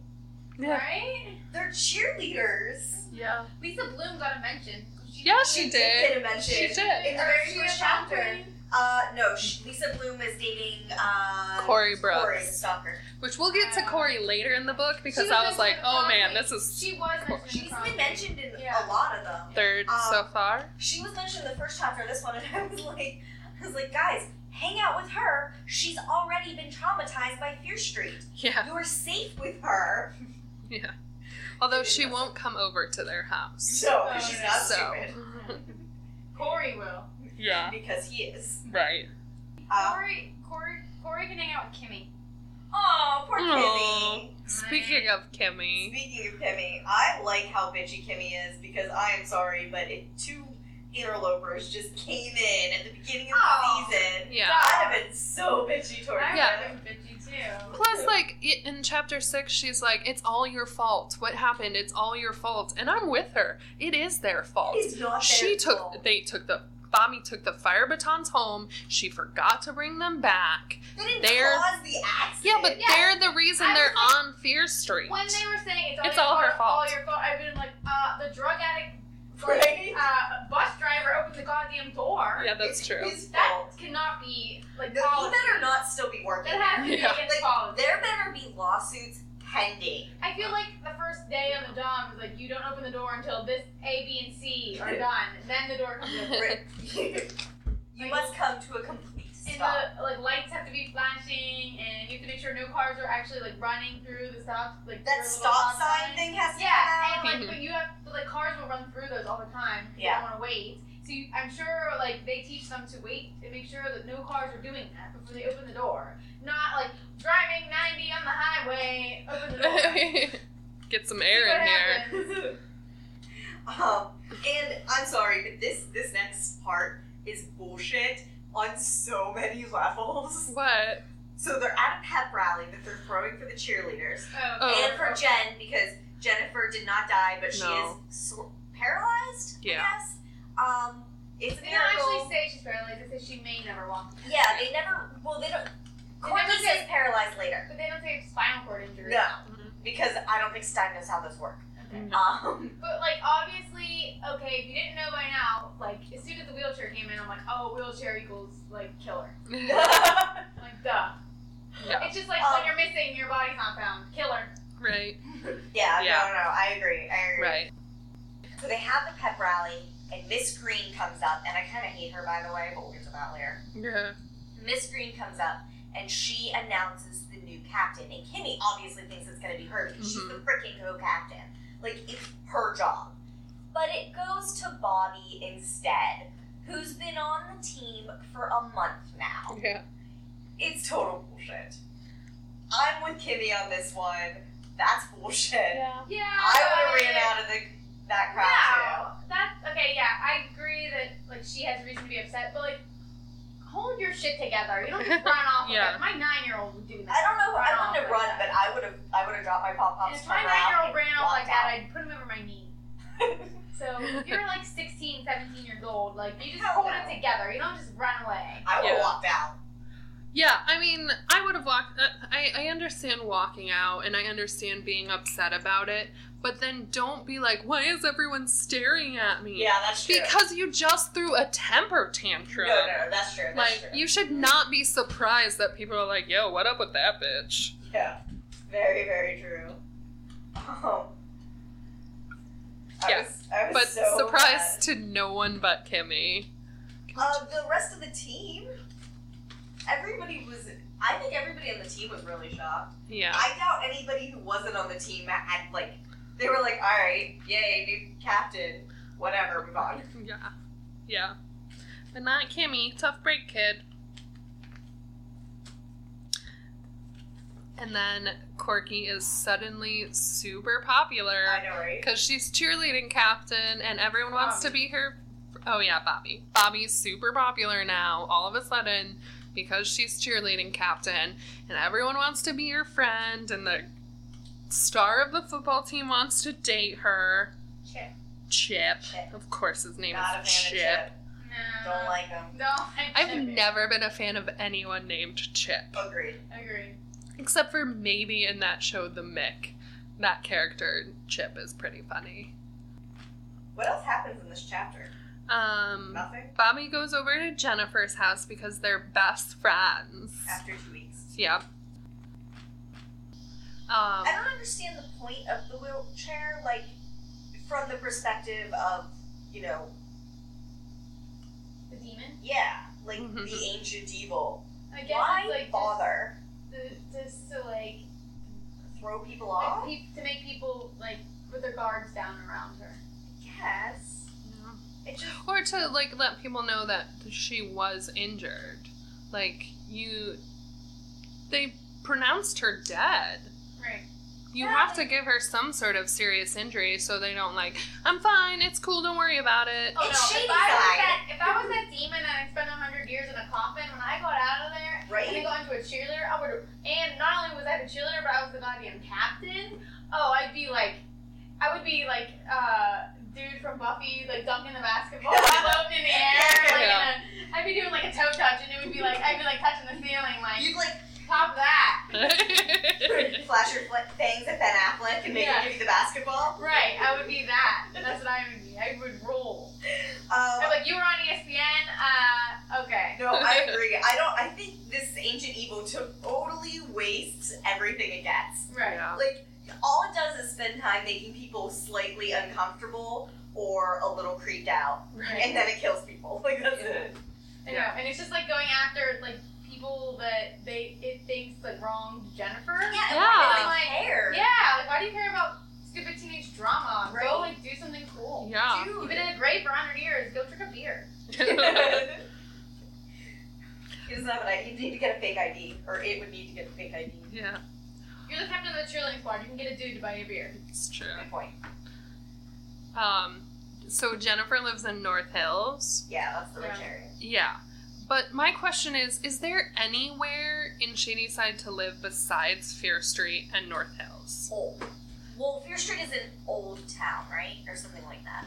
Yeah. Right? They're cheerleaders. Yeah. Lisa Bloom got a mention. Yeah, she They did. get a mention. She did. In the Or very first she was on chapter. Queen. Uh, no, sh Lisa Bloom is dating uh Corey Brooks. Corey the stalker. Which we'll get to Corey later in the book because She I mentioned was like, in oh Prom man, Queen. this is She was mentioned. in She's Prom been Queen. mentioned in a Yeah. lot of them. third so far. She was mentioned in the first chapter of this one, and I was like, I was like, guys, hang out with her. She's already been traumatized by Fear Street. Yeah. You're safe with her. Yeah. Although she won't come over to their house. So, Oh, she's yeah. not So. stupid. Corey will. Yeah. Because he is. Right. Uh, Corey, Corey, Corey can hang out with Kimmy. oh, poor Aw. Kimmy. Speaking of Kimmy, Speaking of Kimmy, I like how bitchy Kimmy is because I am sorry, but if two interlopers just came in at the beginning of the Oh. season, yeah. I have been so bitchy towards I Yeah. would have been bitchy too. Plus, like i- in chapter six, she's like, "It's all your fault. What happened? It's all your fault." And I'm with her. It is their fault. It's not their She fault. took. They took the. Bobby took the fire batons home. She forgot to bring them back. They didn't They're- cause the accident. Yeah, but Yeah. they're the reason I was they're like- on Fear Street. When <laughs> they were saying it's all, It's your all her fault, fault. all your fault, I've been like, uh, the drug addict, <laughs> Right? uh, bus driver opened the goddamn door. yeah, that's true. His That fault. cannot be like No, he policy. better not still be working. That has to Yeah. be against Like, policy. There better be lawsuits pending. <laughs> I feel like the first day on the dawn was like, you don't open the door until this A, B, and C <laughs> are done. And then the door comes open. Right. <laughs> you must come to a complete And stop. the like lights have to be flashing, and you have to make sure no cars are actually like running through the stop, like That their little stop sign thing has to Yeah, and come out. like, but you have but, like cars will run through those all the time. 'cause Yeah. You don't want to wait, so So you, I'm sure like they teach them to wait and make sure that no cars are doing that before they open the door. Not like driving 90 on the highway, open the door. See Get some <laughs> air what in here. happens. <laughs> Um, and I'm sorry, but this this next part is bullshit on so many <laughs> levels. What? So they're at a pep rally that they're throwing for the cheerleaders, Oh, and for Jen because Jennifer did not die, but she No. is sor- paralyzed. Yeah. Yes. Um, it's a They don't actually miracle. say she's paralyzed. They say she may never walk, Yeah, they never. Well, they don't. Courtney never says say- paralyzed later. but they don't say spinal cord injury. No, because I don't think Stein knows how those work. Okay. Um, <laughs> But like obviously, okay, if you didn't know by now, like as soon as the wheelchair came in, I'm like, oh, wheelchair equals like killer. I'm like duh. Yeah. It's just like Um, when you're missing, your body's not found. Killer. Right. yeah, Yeah. no, no, I agree. I agree. Right. So they have the pep rally, and Miss Green comes up, and I kind of hate her, by the way, but we'll get to that later. Yeah. Miss Green comes up, and she announces the new captain, and Kimmy obviously thinks it's going to be her because she's the freaking co-captain. Like it's her job, but it goes to Bobby instead, who's been on the team for a month now. Yeah. It's total bullshit. I'm with Kimmy on this one. That's bullshit. Yeah. I would but- have ran out of the, that crowd too. No, that's okay. Yeah, I agree that like she has reason to be upset, but like hold your shit together. You don't <laughs> just run off. with Yeah. it. My nine year old would do that. I don't know. I Run wouldn't have off like run, but that. I would have. I would have dropped my pop And pops. if my nine year old ran off like that, I'd put him over <laughs> my knee. So if you're like 16, 17 years old, like you just hold it together. You don't just run away. I would have Yeah. walked out. Yeah, I mean, I would have walked. Uh, I, I understand walking out and I understand being upset about it, but then don't be like, why is everyone staring at me? Yeah, that's true. Because you just threw a temper no, tantrum. no, no, that's true. That's Like, true. you should not be surprised that people are like, yo, what up with that bitch? Yeah, very, very true. Um, I Yeah, was, I was But so surprise to no one but Kimmy. mad. Uh, the rest of the team, everybody was. I think everybody on the team was really shocked. Yeah. I doubt anybody who wasn't on the team had like. They were like, "All right, yay, new captain, whatever, move on." <laughs> Yeah. Yeah. But not Kimmy. Tough break, kid. And then Corky is suddenly super I popular know, right? because she's cheerleading captain and everyone wants to be her. Oh, yeah, Bobby. Bobby's super popular now, all of a sudden, because she's cheerleading captain and everyone wants to be her friend and the star of the football team wants to date her. Shit. Chip. Chip. Of course, his name Not a fan is Chip. of Chip. No. Don't like him. Don't like I've Chip. never been a fan of anyone named Chip, Agreed. Agree. except for maybe in that show, The Mick. That character, Chip, is pretty funny. What else happens in this chapter? Um, Nothing. Bobby goes over to Jennifer's house because they're best friends. After two weeks. Yeah. Um, I don't understand the point of the wheelchair, like from the perspective of you know, The demon. yeah, like Mhm. the ancient evil. I guess Why it's like bother? Just, the, just to like, Throw people like off. peop to make people like with their guards down around her. Yes. yeah. It just or to like let people know that she was injured. Like you, they pronounced her dead. right. You have to give her some sort of serious injury so they don't like, I'm fine, it's cool, don't worry about <laughs> it. Oh It's no! shady If I was side. that, if I was that demon and I spent hundred years in a coffin, when I got out of there and I Right. got into a cheerleader, I would. And not only was I a cheerleader, but I was the goddamn captain. Oh, I'd be like, I would be like, uh, dude from Buffy, like dunking the basketball, floating in the air. Like, in Yeah. a, I'd be doing like a toe touch, and it would be like I'd be like touching the ceiling, like You'd like top that. <laughs> flash your fl- fangs at Ben Affleck and make Yeah. him give you the basketball. Right, I would be that. That's what I would be. I would roll. Um, I'm like, you were on E ESPN. Uh, okay. No, <laughs> I agree. I don't. I think this ancient evil to- totally wastes everything it gets. Right. Like all it does is spend time making people slightly uncomfortable or a little creeped out, and then it kills people. <laughs> Like that's it. I know, and it's just like going after like people that they it thinks like wronged Jennifer. Yeah. Yeah. And why do they care? Yeah, like why do you care about stupid teenage drama? Go Right. like do something cool. Yeah. <laughs> You've Dude. been in the grave for hundred years. Go drink a beer. do. He doesn't have an ID. He'd need to get a fake ID, or it would need to get a fake ID. yeah, You're the captain of the cheerleading squad. You can get a dude to buy you a beer. it's true. Good point. Um, so Jennifer lives in North Hills. Yeah, that's the rich Yeah. area. Yeah. But my question is is there anywhere in Shadyside to live besides Fear Street and North Hills? Old. Well, Fear Street is an old town, right, or something like that.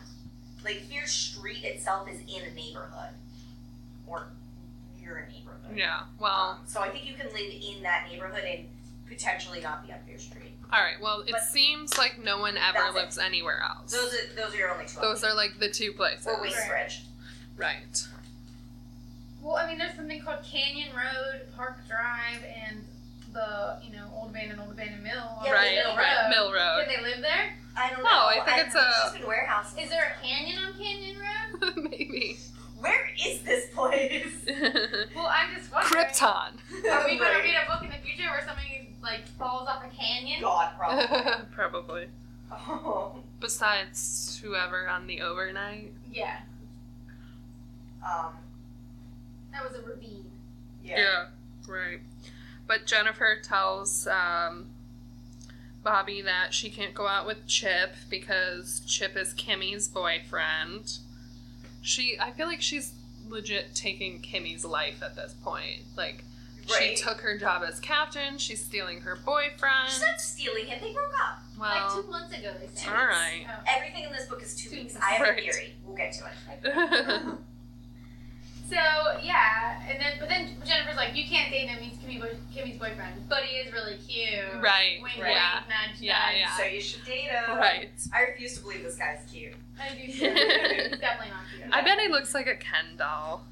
Like Fear Street itself is in a neighborhood, or near a neighborhood. Yeah. Well, Um, so I think you can live in that neighborhood and potentially not be on Fear Street. all right. Well, it But- seems like no one ever That's it. lives anywhere else. Those are those are your only two. Those are like the two places. or Waste Right. Bridge. Right. Well, I mean, there's something called Canyon Road, Park Drive, and the you know Old Abandoned Old Abandoned Mill. on Yeah, right. Mill Mill right. Road. Mill Road. Can they live there? I don't know. No, I think don't it's know. a- just been warehouses. Is there a canyon on Canyon Road? <laughs> Maybe. Where is this <laughs> place? <laughs> Well, I'm just wondering. Krypton. Are we gonna Right. read a book in the future where somebody like falls off a canyon? God, probably. Probably. Oh. Besides whoever on the overnight. Yeah, <laughs> Um, that was a ravine. yeah. Right. But Jennifer tells um, Bobby that she can't go out with Chip because Chip is Kimmy's boyfriend. She, I feel like she's legit taking Kimmy's life at this point. Like, Right. she took her job as captain, she's stealing her boyfriend. She's not stealing him. They broke up. well, like two months ago, they said. all right. Oh. Everything in this book is two Two weeks. weeks. I have a Right. theory. We'll get to it. So yeah, and then but then Jennifer's like, you can't date him. He's Kimmy boy- Kimmy's boyfriend, but he is really cute. Right, Wink, right. wink, nudge, Yeah, nudge. yeah. So you should date him. <laughs> right. I refuse to believe this guy's cute. <laughs> I do. He's definitely not cute. I bet he looks like a Ken doll.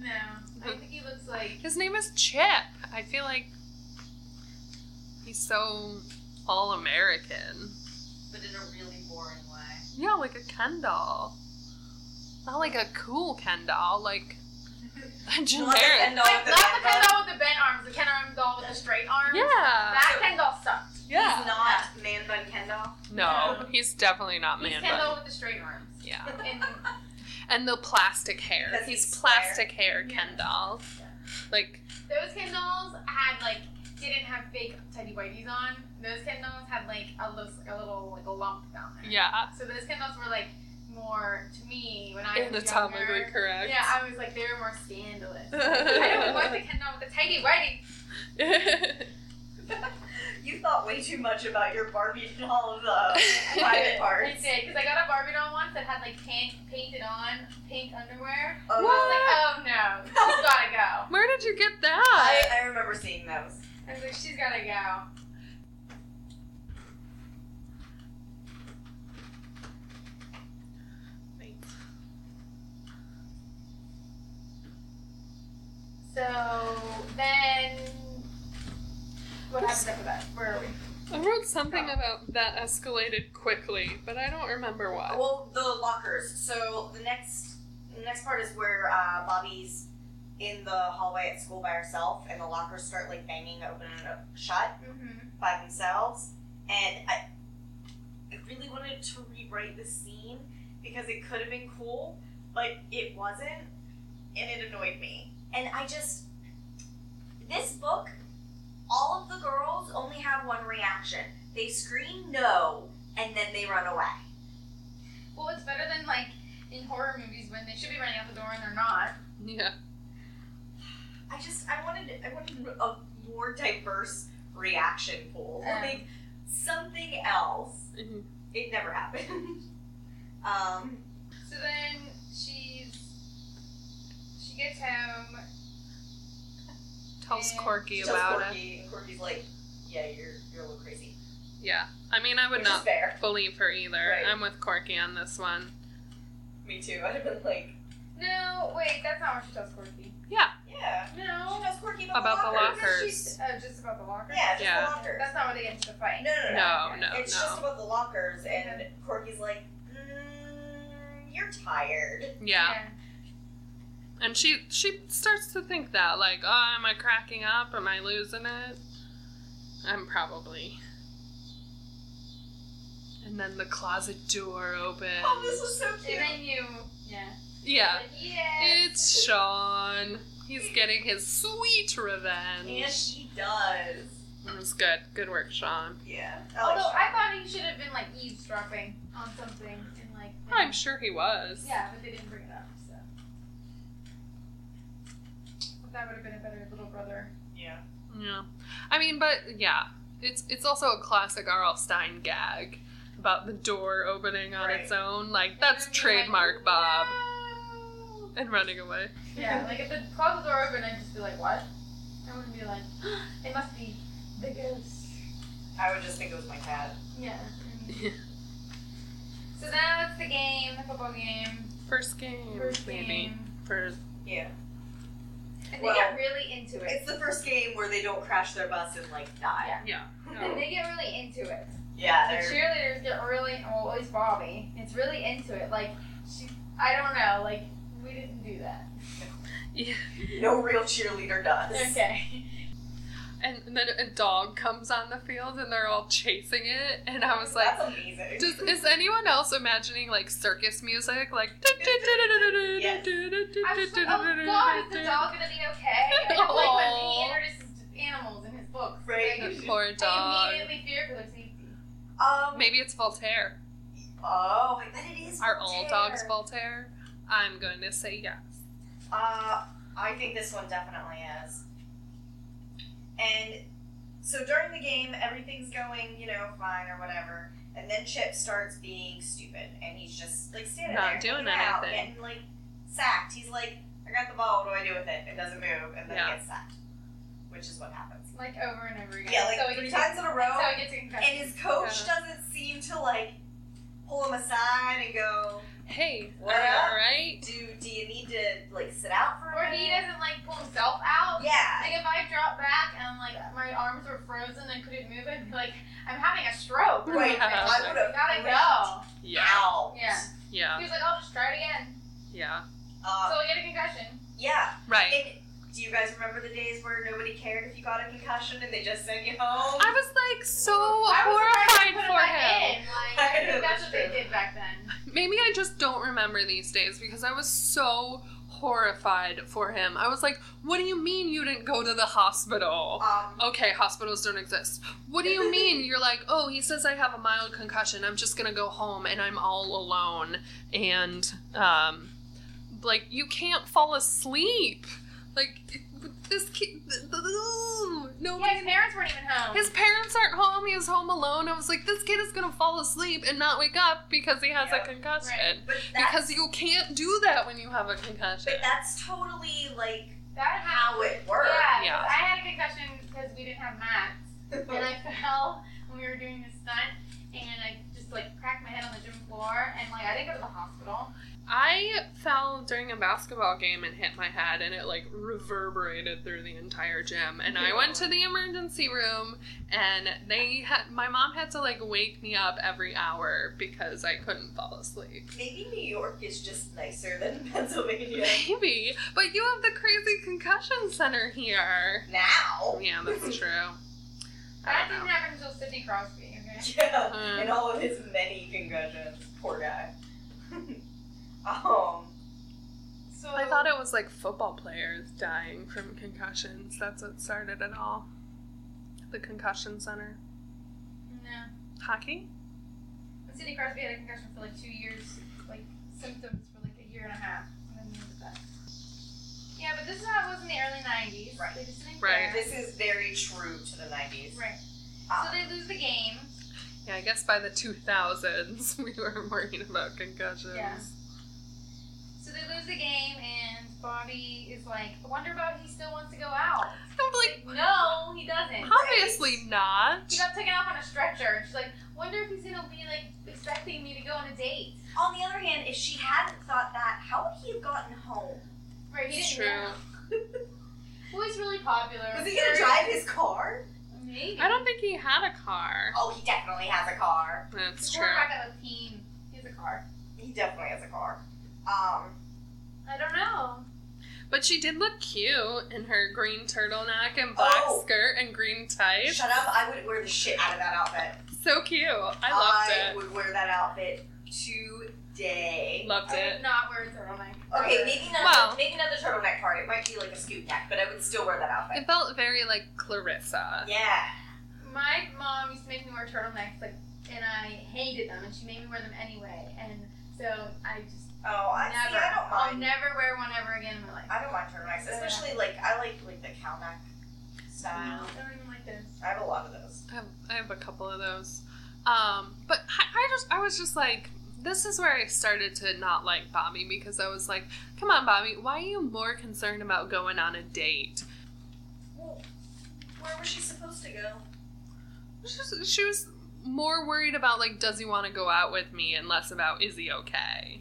No, I think he looks like. His name is Chip. I feel like he's so all American. But in a really boring way. Yeah, like a Ken doll. Not like a cool Ken doll, like a And generic. no, like, the not the man Ken doll. doll with the bent arms, the Ken arm doll with the straight arms. Yeah. That Ken doll sucked. He's not man bun Kendall. No, he's definitely not He's Oh, man Ken doll bun. with the straight arms. Yeah. And And the plastic hair. Because He's he's square. plastic hair Ken Yeah. doll. Like, those Ken dolls had like didn't have fake tidy whities on. Those Ken dolls had like a little, like, a little like a lump down there. yeah. So those Ken dolls were like more to me when I was Anatomically younger. correct. Yeah, I was like they were more scandalous. <laughs> <laughs> I don't want the Ken doll with the tidy whities. You thought way too much about your Barbie doll uh, private I parts. did because I got a Barbie doll once that had like pink painted on pink underwear. Oh, I <laughs> was What? like, oh no, she's gotta go. Where did you get I, that? I remember seeing those. I was like, she's gotta go. So then, what happens after that? Where are we? I wrote something about that escalated quickly, but I don't remember what. Well, the lockers. So the next the next part is where uh, Bobby's in the hallway at school by herself, and the lockers start like banging open and o- shut Mm-hmm. by themselves. And I, I really wanted to rewrite the scene because it could have been cool, but it wasn't, and it annoyed me. And I just this book, all of the girls only have one reaction. They scream no, and then they run away. Well, it's better than like in horror movies when they should be running out the door and they're not. Yeah. I just I wanted I wanted a more diverse reaction pool, Um. like something else. It never happened. <laughs> um, So then she's she gets home. Tells Yeah. Corky just about it. Corky, and Corky's like, yeah, you're you're a little crazy. Yeah. I mean, I would Which is not fair. <laughs> believe her either. Right. I'm with Corky on this one. Me too. I'd have been like, No, wait, that's not what she tells Corky. yeah. No, She knows Corky about, About the the Because lockers. lockers. she's uh, just about the locker. Yeah, just Yeah. the lockers. That's not what they get into the fight. No, no, no. No, no, it's no. just about the lockers, and Corky's like, mm, you're tired. yeah. And she she starts to think that like, oh, am I cracking up? Am I losing it? I'm probably. And then the closet door opens. Oh, this was so And cute. then you, yeah. Yeah. Like, yes. It's Sean. He's getting his sweet And revenge. he does. Oh, It was good. Good work, Sean. Yeah. Although I thought he should have been like eavesdropping on something and like. I'm sure he was. Yeah, but they didn't bring it up, so. That would have been a better little brother. yeah. Yeah. I mean, but yeah, it's it's also a classic R.L. Stein gag about the door opening on Right. its own. Like that's And then be like, trademark Bob "No." and running away. <laughs> Yeah, like if the closet door opened, I'd just be like, what? I wouldn't be like, <gasps> it must be the ghost. I would just think it was my cat. Yeah. <laughs> so now it's the game, the football game. First game, First maybe. game. For Yeah. And Well, they get really into it. It's the first game where they don't crash their bus and like die. yeah. And they get really into it. Yeah, The they're cheerleaders get really, well, at least Bobby, it's really into it. Like, she, I don't know, like, we didn't do that. Yeah. no real cheerleader does. Okay. And then a dog comes on the field and they're all chasing it, and <laughs> I was like. That's amazing. Does, is anyone else imagining like circus music? Like, Yes. I was just like, oh god, is the dog gonna be <laughs> okay? I don't like when he Aw. introduces animals in his books. Right. Like, Poor I dog. immediately fear for their safety. um Maybe it's Voltaire. Oh, I bet it is. Are all Voltaire. dogs Voltaire? I'm going to say yes. Uh, I think this one definitely is. And so during the game, everything's going, you know, fine or whatever. And then Chip starts being stupid, and he's just like standing Not there, doing hanging out, anything. getting like sacked. He's like, "I got the ball. What do I do with it? It doesn't move." And then Yeah. he gets sacked, which is what happens. Like over and over again. Yeah, like so he three gets, times in a row. So he gets in and his coach Yeah. doesn't seem to like pull him aside and go, Hey, What are you up? alright? "Do do you need to like sit out for a Or he minute?" doesn't like pull himself out. Yeah. Like if I dropped back and like my arms were frozen and couldn't move, I'd be like, I'm having a stroke. or Right. something. I would have Gotta go. Yeah. out. Yeah. Yeah. He was like, I'll just try it again. Yeah. Uh, So I get a concussion. yeah. Right. And do you guys remember the days where nobody cared if you got a concussion and they just sent you home? I was like so I was surprised they horrified put for back him. in. Like, I I know, think that's that's what they true. did back then. Maybe I just don't remember these days because I was so horrified for him. I was like, what do you mean you didn't go to the hospital? Um, Okay, hospitals don't exist. What <laughs> do you mean? You're like, oh, he says I have a mild concussion. I'm just gonna go home and I'm all alone. And, um, like, you can't fall asleep. Like, it- this kid, no Yeah, his parents weren't even home. His parents aren't home. He was home alone. I was like, this kid is gonna fall asleep and not wake up because he has Yeah, a concussion. right. but that's, Because you can't do that when you have a concussion. but that's totally like that how it works. Yeah, Yeah. 'cause I had a concussion because we didn't have mats, and I fell when we were doing the stunt, and I just like cracked my head on the gym floor, and like I didn't go to the hospital. I fell during a basketball game and hit my head, and it like reverberated through the entire gym. And I went to the emergency room, and they had my mom had to like wake me up every hour because I couldn't fall asleep. <laughs> <laughs> Maybe New York is just nicer than <laughs> Pennsylvania Maybe, but you have the crazy concussion center here. now. Yeah, that's true. I That don't didn't know. happen until Sidney Crosby. <laughs> <laughs> Okay. Yeah, Mm. and all of his many concussions. Poor guy. <laughs> um, So I thought it was like football players dying from concussions. That's what started it all. The concussion center. No, Hockey? Sidney Crosby had a concussion for like two years, like symptoms for like a year and a half, and then he was back. Yeah, but this is how it was in the early '90s. Right. They just didn't Right. care. Ah. this is very true to the 90s. Right. So Um, they lose the game. Yeah, I guess by the 2000s <laughs> we were worried about concussions. Yeah. So they lose the game, and Bobby is like, I wonder about if he still wants to go out. I'm like, No, he doesn't. obviously not. He got taken off on a stretcher. And she's like, wonder if he's gonna be like expecting me to go on a date. On the other hand, if she hadn't thought that, how would he have gotten home? Right, he It's didn't true. know. Well, he's really popular. Was he gonna drive his car? Maybe. I don't think he had a car. Oh, he definitely has a car. That's He's true. quarterback of a team. He has a car. He definitely has a car. Um, I don't know. But she did look cute in her green turtleneck and black Oh. skirt and green tights. shut up! I would wear the shit out of that outfit. So cute. I loved I it. would wear that outfit today. Loved I it. would not wear a turtleneck. Okay, ever. maybe not. Well- maybe not the turtleneck part. It might be like a scoop neck, but I would still wear that outfit. It felt very like Clarissa. Yeah. My mom used to make me wear turtlenecks, like, and I hated them, and she made me wear them anyway. And so I just Oh, I see. never, I don't I'll mind. never wear one ever again in my life. I don't mind turtlenecks, especially like I like like the cow neck style. I don't even like this. I have a lot of those. I have, I have a couple of those. Um, but I, I just I was just like this is where I started to not like Bobby because I was like, come on, Bobby, why are you more concerned about going on a date? Well, where was she supposed to go? She was, she was more worried about like, does he want to go out with me, and less about is he okay?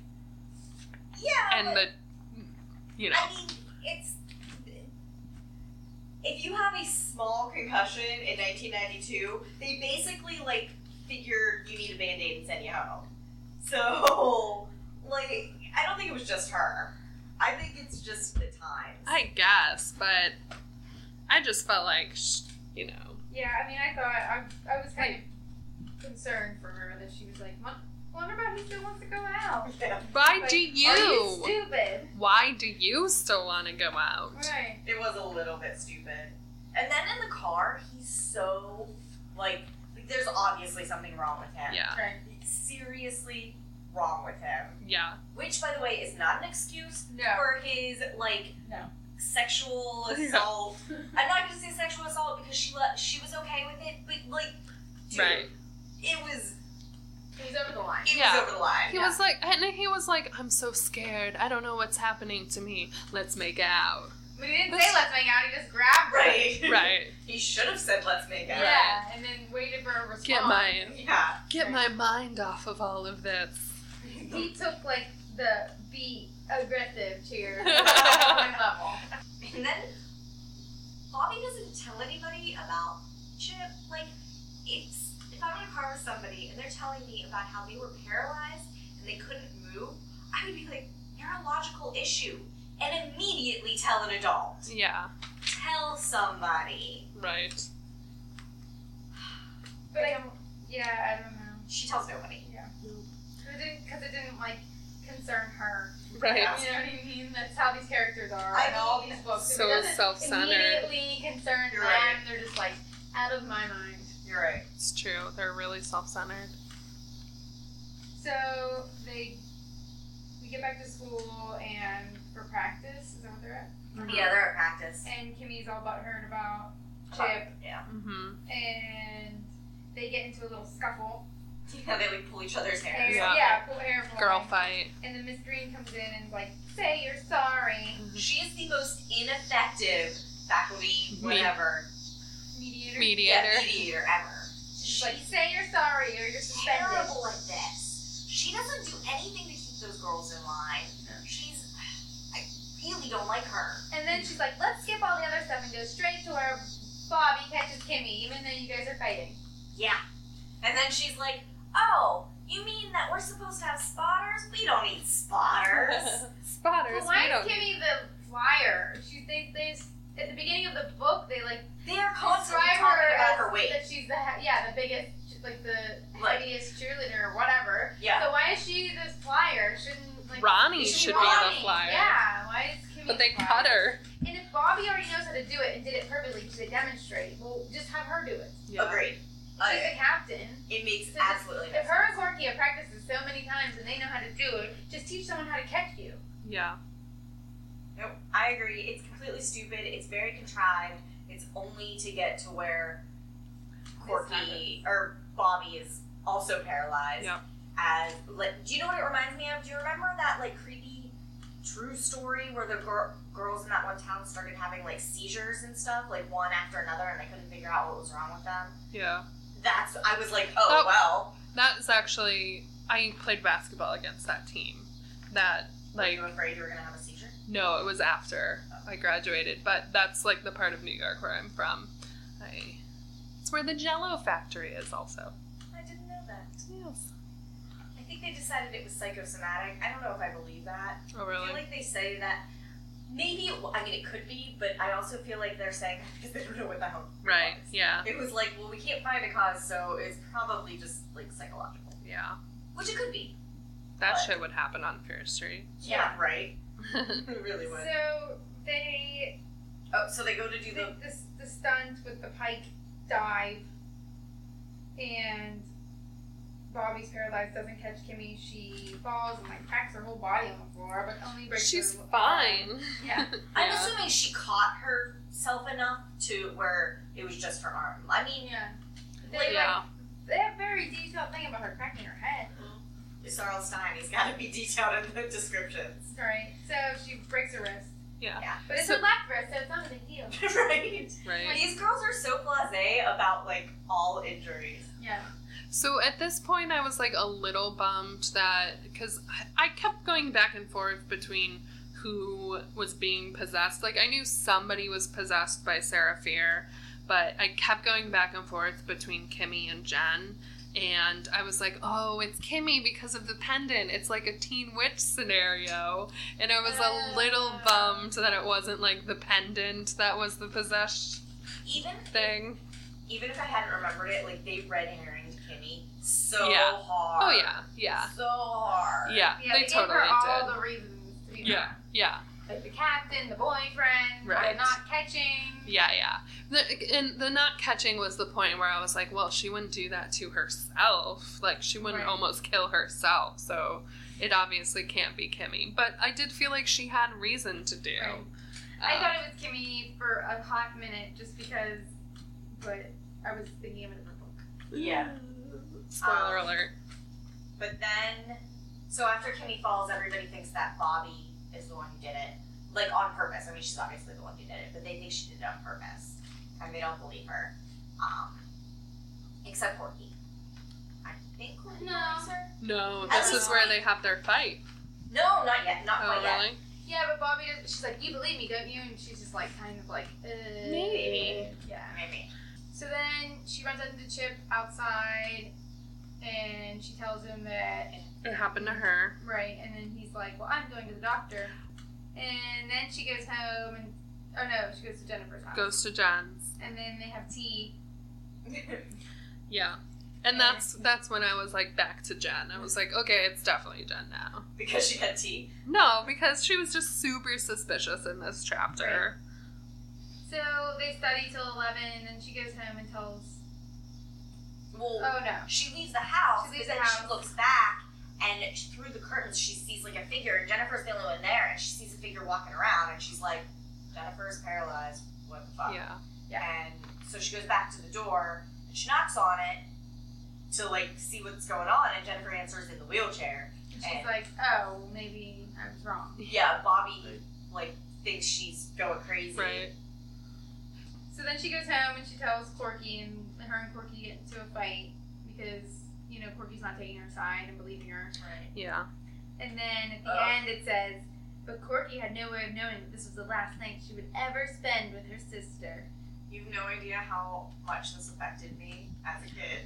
Yeah. And but, the, you know, I mean, it's if you have a small concussion in 1992, they basically like figured you need a band aid and send you home. So <laughs> like, I don't think it was just her. I think it's just the times. <laughs> I guess, but I just felt like, sh- you know, Yeah, I mean, I thought I, I was kind of concerned for her that she was like, "What- wonder about who still wants to go out. why Like, do Are you you? stupid? Why do you still want to go out? Right. It was a little bit stupid. And then in the car, he's so like, like there's obviously something wrong with him. Yeah, Right. Seriously wrong with him. yeah. Which by the way is not an excuse No. for his like No. sexual <laughs> Yeah. assault. I'm not gonna say sexual assault because she le- she was okay with it, but like dude, Right. it was He's over the line. it Yeah. was over the line. He was like, and he was like, I'm so scared. I don't know what's happening to me. Let's make out. But he didn't say let's make out. He just grabbed <laughs> her. <laughs> Right. Right. <laughs> he should have said let's make Yeah. out. And then waited for a response. Get my Yeah. get my mind off of all of this. He took like the be aggressive to <laughs> your level. And then Bobby doesn't tell anybody about Chip. Like, it's if I'm in a car with somebody and they're telling me about how they were paralyzed and they couldn't move, I would be like, neurological issue, and immediately tell an adult. Yeah. Tell somebody. Right. But I don't. Yeah, I don't know. She tells nobody. It didn't because it didn't like concern her. Right. Yeah. You know what I mean? That's how these characters are I in all mean, these books. If so it doesn't self-centered. Immediately concern You're them. right. They're just like out of my mind. You're right. It's true. They're really self-centered. So they we get back to school and for practice is that what they're at? Yeah, they're at practice. And Kimmy's all about her about Chip Yeah. <laughs> Mm-hmm. and they get into a little scuffle. Yeah, they like pull each other's hair. Hair, Yeah. yeah, pull hair pulling. Girl fight. And then Miss Green comes in and is like, say you're sorry. She is the most ineffective faculty, whatever, Mediator. <laughs> Mediator. <laughs> Yeah, mediator ever. She's like, say you're sorry or you're suspended. terrible at this. She doesn't do anything to keep those girls in line. She's. I really don't like her. And then she's like, let's skip all the other stuff and go straight to where Bobby catches Kimmy, even though you guys are fighting. Yeah. And then she's like, oh, you mean that we're supposed to have spotters? We don't need <laughs> spotters. Spotters. But why is Kimmy the liar? She they, they at the beginning of the book they like they are constantly describe talking her about as her weight. that she's the he- yeah the biggest she's like the Like- heaviest cheerleader or whatever. Yeah. So why is she this flyer? Shouldn't like Ronnie She's should be Ronnie, the flyer. Yeah. Why is Kimmy? But they the flyer? cut her. And if Bobby already knows how to do it and did it perfectly to demonstrate, well, just have her do it. Yeah. Agreed. She's I- the captain. it makes So absolutely no If sense. her and Corky have practiced this so many times and they know how to do it, just teach someone how to catch you. Yeah. Nope. I agree. It's completely stupid. It's very contrived. It's only to get to where Corky happens. or Bobby is also paralyzed. Yep. As like, do you know what it reminds me of? Do you remember that like creepy true story where the gir- girls in that one town started having like seizures and stuff, like one after another, and they couldn't figure out what was wrong with them? Yeah. That's I was like, oh, Oh. well. That is actually. I played basketball against that team. That Were like you afraid you were gonna have a seizure? No, it was after I graduated, but that's like the part of New York where I'm from. I, it's where the Jello factory is, also. I didn't know that. Yes. I think they decided it was psychosomatic. I don't know if I believe that. Oh, I feel really? like they say that maybe it, I mean it could be, but I also feel like they're saying <laughs> that because they don't know what the hell. it Right. was. Yeah. It was like, well, we can't find a cause, so it's probably just like psychological, Yeah. which it could be. That But- shit would happen on Fair Street. <laughs> Yeah. right. oh, <laughs> It really would. So they oh, so they go to do the. did this the stunt with the pike dive, and Bobby's paralyzed. Doesn't catch Kimmy. She falls and like cracks her whole body on the floor, but only breaks. She's her- fine. Yeah. I'm Yeah. assuming she caught herself enough to where it was just her arm. I mean, Yeah. They, like, Yeah. they have very detailed thing about her cracking her head. Sarl Stein, he's got to be <laughs> detailed in the descriptions. Right. So she breaks her wrist. Yeah. Yeah. But it's So- her left wrist, so it's not a big deal. <laughs> right? Right. These girls are so blase about like all injuries. Yeah. So at this point, I was like a little bummed that because I kept going back and forth between who was being possessed. Like I knew somebody was possessed by Sarah Fear, but I kept going back and forth between Kimmy and Jen. And I was like, oh, it's Kimmy because of the pendant. It's like a teen witch scenario. And I was a little Oh. bummed that it wasn't like the pendant that was the possessed Even thing. even if I hadn't remembered it, like they red herringed Kimmy so Yeah. hard. Oh, yeah, yeah. So hard. Yeah, Yeah, Uh, they, they, gave totally her all did. the reasons to be Yeah, mad. yeah, Like the captain, the boyfriend, Right. the not catching. yeah, yeah. The, and the not catching was the point where I was like, well, she wouldn't do that to herself. Like, she wouldn't Right. almost kill herself. So it obviously can't be Kimmy. But I did feel like she had reason to do. Right. Uh, I thought it was Kimmy for a hot minute just because, but I was thinking of it in the book. Yeah. Spoiler Um, alert. But then, so after Kimmy falls, everybody thinks that Bobby is the one who did it, like on purpose. I mean, she's obviously the one who did it, but they think she did it on purpose, and they don't believe her. Um, except Corky. I think Corky No. believes her. No, at this least is where we- they have their fight. No, not yet. Not Oh, quite yet. <laughs> really? Yeah, but Bobby, does- she's like, you believe me, don't you? And she's just like, kind of like, uh, Maybe. Yeah. Maybe. So then she runs into Chip outside, and she tells him that It happened to her. Right, and then he's like, "Well, I'm going to the doctor," and then she goes home, and oh no, she goes to Jennifer's house, Goes to John's. and then they have tea. Yeah. Yeah. And that's that's when I was like back to Jen. I was like, okay, it's definitely Jen now. <laughs> because she had tea. No, because she was just super suspicious in this chapter. So they study till eleven, and she goes home and tells, Well, "Oh no, she leaves the house. She leaves but the then She house. looks back, and sh- through the curtains, she sees like a figure. And Jennifer's the only one there, and she sees a figure walking around, and she's like, "Jennifer's paralyzed. What the fuck?" Yeah. And so she goes back to the door, and she knocks on it to like see what's going on, and Jennifer answers in the <laughs> wheelchair. and Eh. she's like, "Oh, maybe I was wrong." Yeah, Bobby like thinks she's going crazy. Right. So then she goes home and she tells Corky, and her and Corky get into a fight because you know Corky's not taking her side and believing her. Right. Yeah. And then at the Oh. end it says, "But Corky had no way of knowing that this was the last night she would ever spend with her sister." You've no idea how much this affected me as a kid.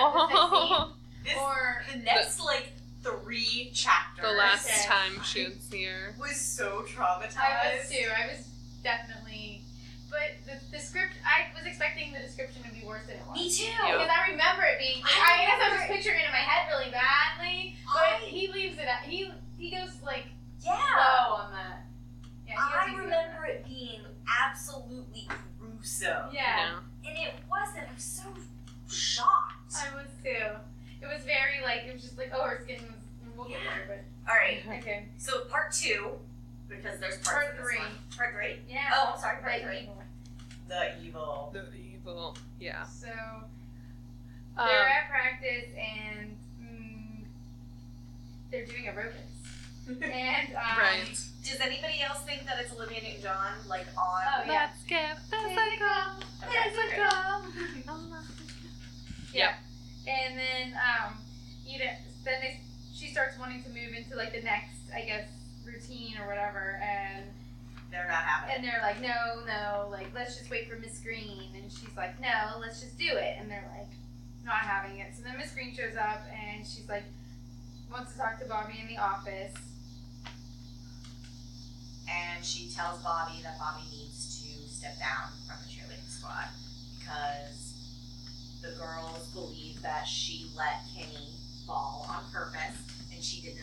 Oh. This Or the next like three chapters. <laughs> the last Yes. time she would see her. was so traumatized. I was too. I was definitely. But the, the script, I was expecting the description to be worse than it was. Me too. Yeah. Because I remember it being. I I, guess I was remember just picturing it in my head really badly. I, But he leaves it. At, he he goes like yeah. low on that. Yeah, he I goes easy on that. remember it being absolutely gruesome. Yeah, And it wasn't. I'm so shocked. I was too. It was very like it was just like oh her skin was. We'll get there, All right. but okay. So part two, because there's parts Part of this three. one. Part three. Yeah. Oh, I'm sorry. Part But three. evil. The evil. The evil. Yeah. So Um, they're at practice and mm, they're doing aerobics. And um, right. Does anybody else think that it's Olivia Newton-John like on? Oh, yeah. Let's get physical. Okay. Yeah. And then um, you know, then they, she starts wanting to move into like the next, I guess, routine or whatever, and They're not having it. and they're like, no, no, like let's just wait for Miss Green, and she's like, no, let's just do it, and they're like, not having it. So then Miss Green shows up, and she's like, wants to talk to Bobby in the office. and she tells Bobby that Bobby needs to step down from the cheerleading squad because the girls believe that she let Kenny fall on purpose and she did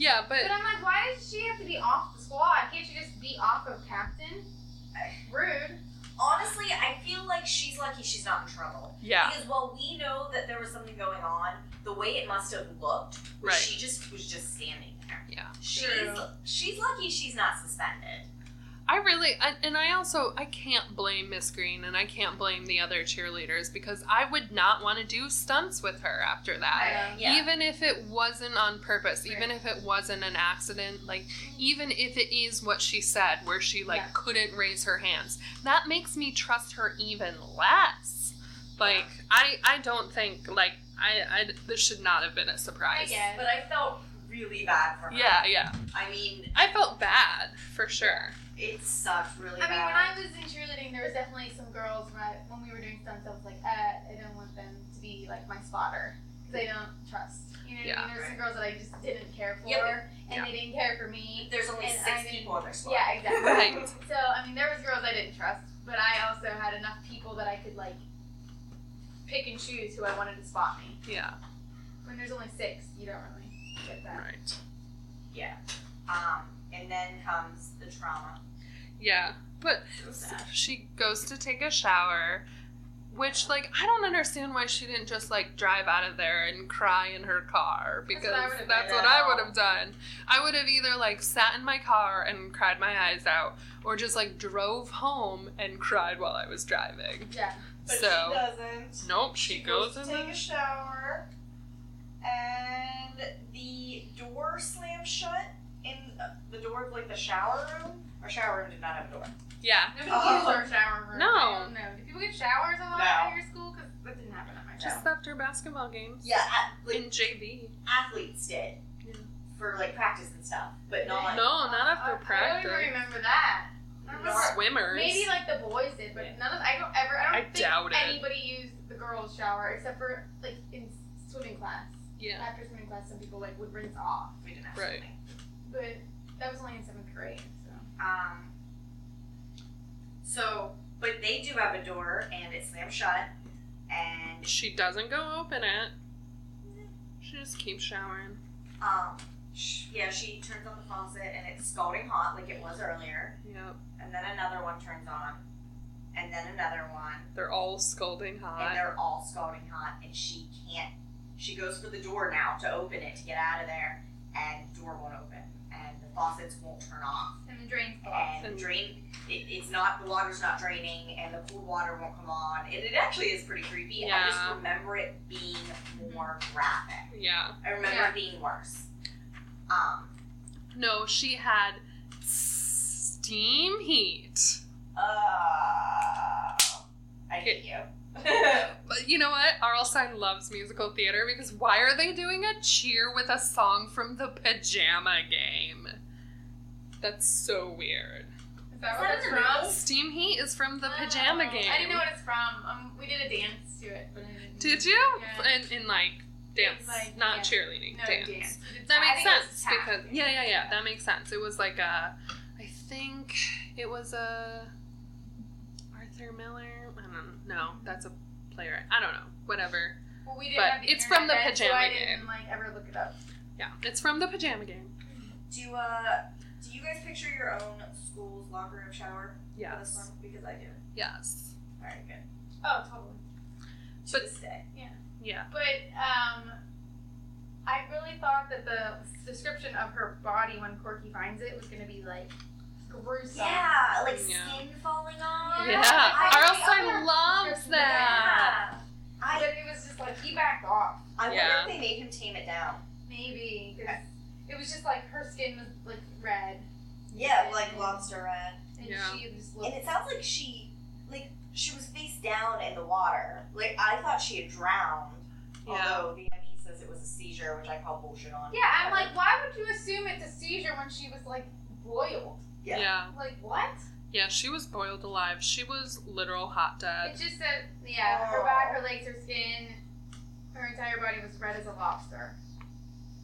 Yeah, but But I'm like, why does she have to be off the squad? Can't she just be off of captain? Rude. Honestly, I feel like she's lucky she's not in trouble. yeah, Because while we know that there was something going on, the way it must have looked was Right. she just was just standing there. Yeah. She's True. she's lucky she's not suspended. I really I, and I also I can't blame Miss Green and I can't blame the other cheerleaders because I would not want to do stunts with her after that. I know. Yeah. Even if it wasn't on purpose, even Right. if it wasn't an accident, like even if it is what she said where she like Yeah. couldn't raise her hands, that makes me trust her even less. Like I I don't think like I, I this should not have been a I surprise. guess. But I felt really bad for her. Yeah, yeah. I mean, I felt bad for sure. it sucked really I mean, when I bad. was in cheerleading, there was definitely some girls when, I, when we were doing stunts. I was like, uh, I don't want them to be like my spotter because I don't trust. You know, what Yeah. I mean? there's some girls that I just didn't care for, Yep. and they didn't care for me. There's only and I six didn't- people on their squad. Yeah, exactly. Right. So I mean, there was girls I didn't trust, but I also had enough people that I could like pick and choose who I wanted to spot me. Yeah. When there's only six, you don't really get that. Right. Yeah. Um, and then comes the trauma. Yeah, but So sad. she goes to take a shower, which like I don't understand why she didn't just like drive out of there and cry in her car That's because what I that's would've what, done. I would have done. I would have either like sat in my car and cried my eyes out or just like drove home and cried while I was driving. Yeah. so doesn't. nope, she, goes, in there. shower, and the door slams shut. In uh, the door of like the shower room. Our shower room did not have a door. yeah. Nobody Oh. used our shower room. No. I don't know. Do people get showers a lot No. at your school? Because that didn't happen at my Just job. after basketball games. Yeah, a- like In JV. athletes did Yeah. for like practice and stuff, but No, not. Oh, not after I practice. don't even remember that. I Nor- remember- Swimmers. Maybe like the boys did, but none of I don't ever. I I don't think doubt it. anybody used the girls' shower except for like in swimming class. yeah. After swimming class, some people like would rinse off, We didn't have Right. something. but that was only in seventh grade. So Um. So, but they do have a door, and it slams shut, and She doesn't go open it. She just keeps showering. Um, sh- yeah, she turns on the faucet and it's scalding hot like it was earlier. Yep. And then another one turns on. And then another one. They're all scalding And hot. they're all scalding hot. And she can't. She goes for the door now to open it to get out of there. And door won't open. And the faucets won't turn off. and the drains fall. And And- drain. It, it's not. The water's not draining. And the cold water won't come on. And it actually is pretty creepy. I Yeah. just remember it being more graphic. Yeah. I remember Yeah. it being worse. Um. No, she had steam heat. Uh, I hate you. <laughs> But you know what? Arlstein loves musical theater because why are they doing a cheer with a song from the pajama game? That's so weird. Is that Is where that it's in from? the noodles? Steam heat is from the Oh, pajama game. I didn't know what it's from. Um, we did a dance to it. But I didn't Did you? Yeah. In, in like dance, Like, not yeah. cheerleading, No dance. dance. We did That tap. I makes think it was sense tap. because yeah, yeah, yeah. That makes sense. It was like a, I think it was a Arthur Miller. I don't know. That's a player. I don't know. Whatever. Well, we didn't But have the it's from the internet, so I pajama didn't, game. like ever look it up. Yeah, it's from the pajama game. Do uh, do you guys picture your own school's locker room shower for this Yes. one? Because I do. Yes. All right, good. Oh, totally. To But- this day. Yeah. But um, I really thought that the description of her body when Corky finds it was gonna be like gruesome. Yeah, like Yeah. skin falling off. Yeah. Yeah. I- Arlstein loves Yeah. that. Yeah. But I it was just like he backed off. I Yeah. wonder if they made him tame it down. Maybe 'cause it was just like her skin was like red, Yeah, like lobster red. and Yeah. she just And looked. it sounds like she, like she was face down in the water. Like I thought she had drowned. Yeah. Although the ME says it was a seizure, which I call bullshit on. yeah, I'm like, why would you assume it's a seizure when she was like boiled? Yeah. Yeah. Like what? Yeah. She was boiled alive. She was literal hot It dead. just said, yeah, her Oh. back, her legs, her skin, her entire body was red as a lobster.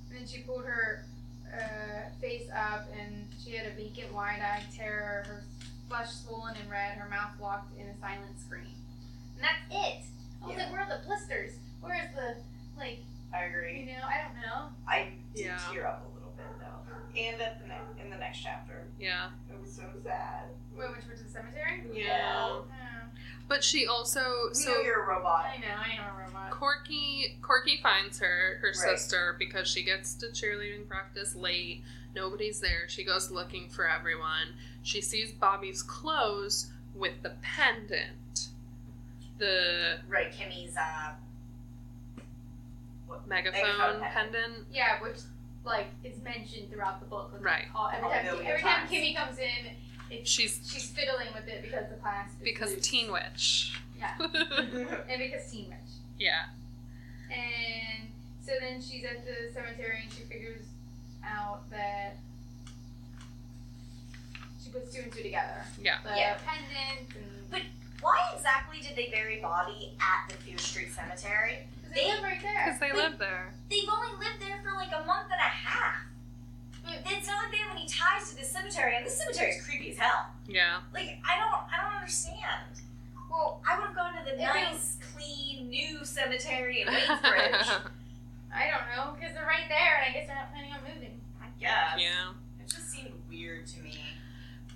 And then she pulled her uh, face up, and she had a vacant, wide-eyed terror. Her flesh swollen and red, her mouth locked in a silent scream. And that's it. I was Yeah. like, where are the blisters? Where is the like? I agree. You know, I don't know. I did Yeah. tear up a little bit. it though, and at the ne- in the next chapter. Yeah. It was so sad. Wait, which was the cemetery? Yeah. Oh, But she also We know so you're a robot. I know, I know, a robot. Corky Corky finds her her Right. sister because she gets to cheerleading practice late. Nobody's there. She goes looking for everyone. She sees Bobby's clothes with the pendant. The Right, Kimmy's uh, megaphone, Megaphone pendant. pendant. Yeah, which like is mentioned throughout the book. Like, Right. all- every A time, million every time times. Kimmy comes in, it's, She's she's fiddling with it because the class. Is because loose. Teen Witch. <laughs> Yeah, and because teen witch. yeah. And so then she's at the cemetery and she figures out that she puts two and two together. Yeah. The Yeah. pendant and But Why exactly did they bury Bobby at the Fear Street Cemetery? 'cause they live right Because there. they live there. They've only lived there for like a month and a half. Hmm. But It's not like they have any ties to this cemetery, and this cemetery is creepy as hell. Yeah. Like I don't, I don't understand. Well, I would have gone to the It nice, clean, new cemetery in <laughs> Waynesbridge. I don't know because they're right there, and I guess they're not planning on moving. I guess. yeah. It just seemed weird to me.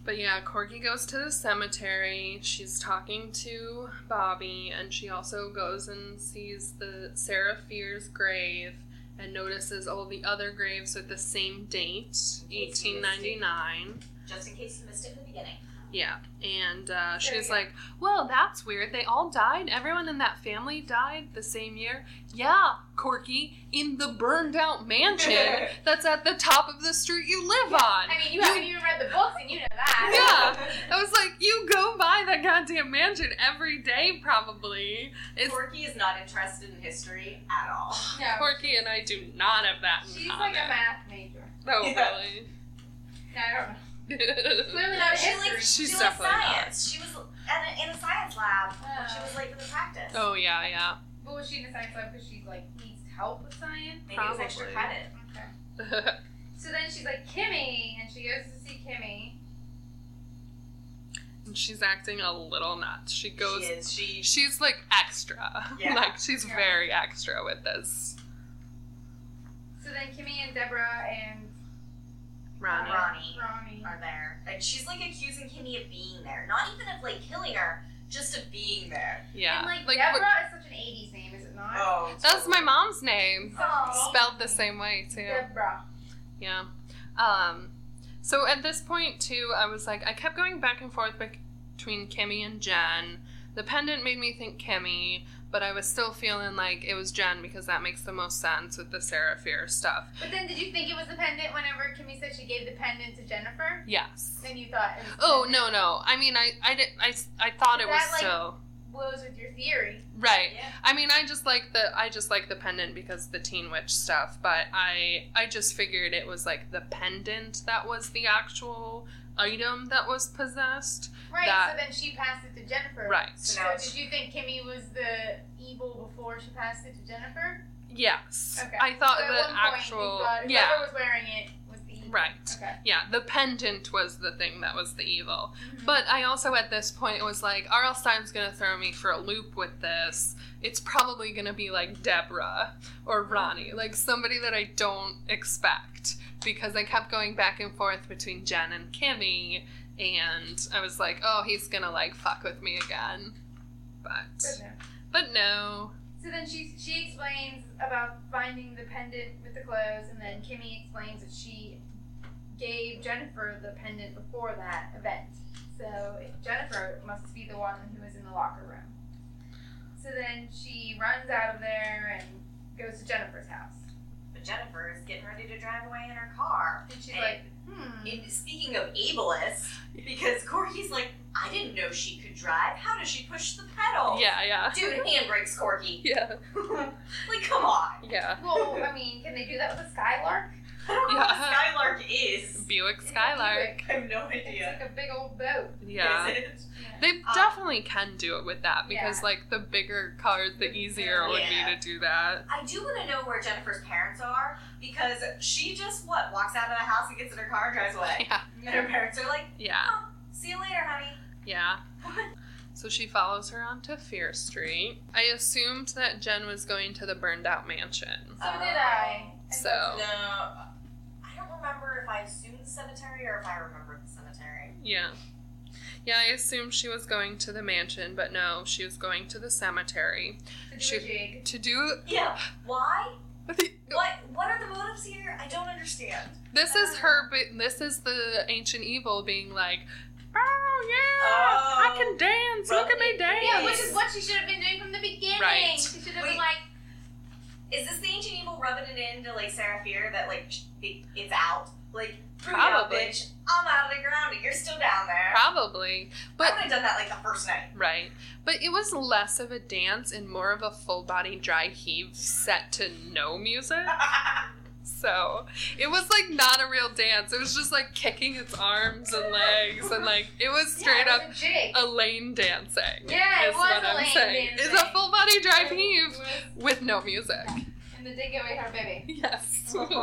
But yeah, Corgi goes to the cemetery. She's talking to Bobby, and she also goes and sees the Sarah Fear's grave and notices all the other graves with the same date, 1899. Just in case you missed it in the beginning. Yeah, and uh, Sure, she's yeah. like, "Well, that's weird. They all died. Everyone in that family died the same year." Yeah, Corky, in the burned-out mansion that's at the top of the street you live on. I mean, you haven't even read the books, and you know that. <laughs> Yeah. I was like, you go by that goddamn mansion every day, probably. It's Corky is not interested in history at all. No, Corky and I do not have that. in she's like a common. math major. Oh, Yeah. No, I don't know. really? Clearly not a She history. like She's she likes definitely not. science. She was at a, in a science lab when she Oh. was late for the practice. <laughs> oh yeah, yeah. But was she in the science lab because she like needs help with science? Maybe it was extra probably. credit. Okay. So then she's like Kimmy, and she goes to see Kimmy. <laughs> and she's acting a little nuts. She goes. She is. She. She's like extra. <laughs> Yeah. like she's Yeah. very extra with this. So then Kimmy and Deborah and Ronnie. Ronnie Ronnie. are there, and she's like accusing Kimmy of being there. Not even of like killing her, just of being there. Yeah. And like, what- Deborah is such an '80s name, is it not? Oh, that's my mom's name. So, Spelled the same way too. Deborah. Yeah. Um, so at this point, too, I was like, I kept going back and forth bec- between Kimmy and Jen. The pendant made me think Kimmy, but I was still feeling like it was Jen because that makes the most sense with the Sarah Fear stuff. But then, did you think it was the pendant whenever Kimmy said she gave the pendant to Jennifer? Yes. Then you thought. It was Oh, no, no. I mean, I, I, did, I, s- I thought it was That, like- still. Blows with your theory. Right. Yeah. I mean, I just like the I just like the pendant because the Teen Witch stuff, but I I just figured it was like the pendant that was the actual item that was possessed. Right. That- So then she passed it to Jennifer. Right. So Now did you think Kimmy was the evil before she passed it to Jennifer? Yes. Okay. I thought so at the one point you actual thought whoever yeah, was wearing it was the evil. right. Okay. Yeah, the pendant was the thing that was the evil. Mm-hmm. But I also at this point was like R.L. Stein's going to throw me for a loop with this. It's probably going to be like Deborah or Uh-huh. Ronnie, like somebody that I don't expect because I kept going back and forth between Jen and Kimmy and I was like, "Oh, he's going to like fuck with me again." Good But enough. but no. So then she she explains about finding the pendant with the clothes, and then Kimmy explains that she gave Jennifer the pendant before that event. So Jennifer must be the one who was in the locker room. So then she runs out of there and goes to Jennifer's house, But Jennifer is getting ready to drive away in her car. and she's And- like, "Hmm, And speaking of ableist, because Corky's like, I didn't know she could drive. How does she push the Oh. pedal? Yeah, yeah. <laughs> Dude, handbrakes, Corky. Yeah. <laughs> like, come on. Yeah. well, I mean, can they do that with a skylark? I don't know Yeah. what a Skylark is. Buick Skylark. I have no It's idea. like a big old boat." Yeah. Is it? Yeah. They definitely can do it with that because, Um, Yeah. like, the bigger cars, the easier it would Yeah. be to <laughs> do that. I do want to know where Jennifer's parents are because she just, what, walks out of the house and gets in her car and drives away. Yeah, And her parents are like, yeah, see you later, honey. yeah. So she follows her onto Fear Street. I assumed that Jen was going to the burned out mansion. So did I. And So No. I don't remember if I assumed the cemetery or if I remembered the cemetery. Yeah. Yeah, I assumed she was going to the mansion, but no, she was going to the cemetery To do She- a jig. to do. Yeah. Why? What? What are the motives here? I don't understand. This Uh. is her. bi- This is the ancient evil being like, oh yeah, I can dance. Look at me dance. Oh, Yeah, which is what she should have been doing from the beginning. Right. She should have Wait. been like, Is this the ancient evil rubbing it into like Seraphir that like it- it's out? Like prove it out, Probably. bitch. I'm out of the ground and you're still down there. I Probably, but would have done that like the first night. Right. But it was less of a dance and more of a full body dry heave set to no <laughs> music. So it was like not a real dance. It was just like kicking its arms and legs and like it was straight yeah, it up was a jig. a lane dancing. Yeah, it is was what a I'm lane saying. It's a dancing. full body dry It heave was- with no music. And the dig away her baby. <laughs> <laughs> Yes. <laughs>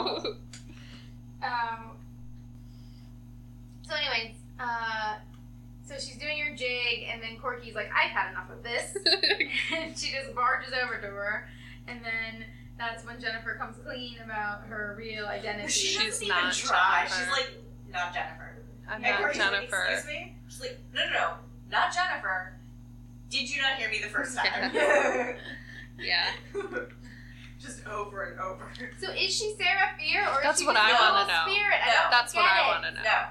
Um, so, anyways, uh, so she's doing her jig, and then Corky's like, I've had enough of <laughs> this. <laughs> and she just barges over to her, and then that's when Jennifer comes clean about her real identity. She She's doesn't not even try. Jennifer. She's like not Jennifer. I'm And not Courtney's like, Jennifer. Excuse me. She's like no no no not Jennifer. Did you not hear me the first time? <laughs> Yeah. Just over and over. so, is she Sarah Fear, or That's is she what just I an wanna evil know. Spirit? I No, don't That's get what I it. want to know. No.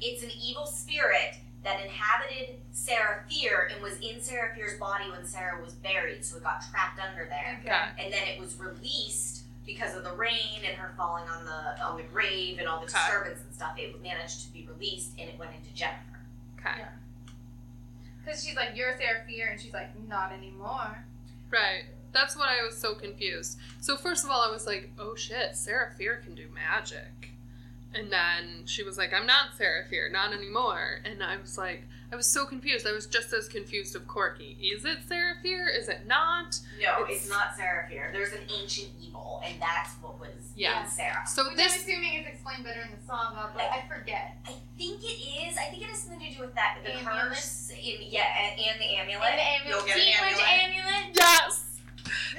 It's an evil spirit that inhabited Seraphir and was in Seraphir's body when Sarah was buried, so it got trapped under there. Okay. Okay. And then it was released because of the rain and her falling on the on the grave and all the Okay. disturbance and stuff. It managed to be released and it went into Jennifer. Okay. Because she's like, you're Sarah Fear, and she's like, not anymore. Right. That's what I was so confused. So first of all, I was like, "Oh shit, Sarah Fear can do magic," and then she was like, "I'm not Sarah Fear, not anymore." And I was like, I was so confused. I was just as confused of Corky. Is it Sarah Fear? Is it not? No, It's- it's, not Seraphir. There's an ancient evil, and that's what was Yeah. in Sarah. So Which I'm this, assuming is explained better in the saga, but I forget. I think it is. I think it has something to do with that. The Amulet. curse. In, yeah, and, and the amulet. And the amulet, You'll get an teenage amulet. amulet. yes,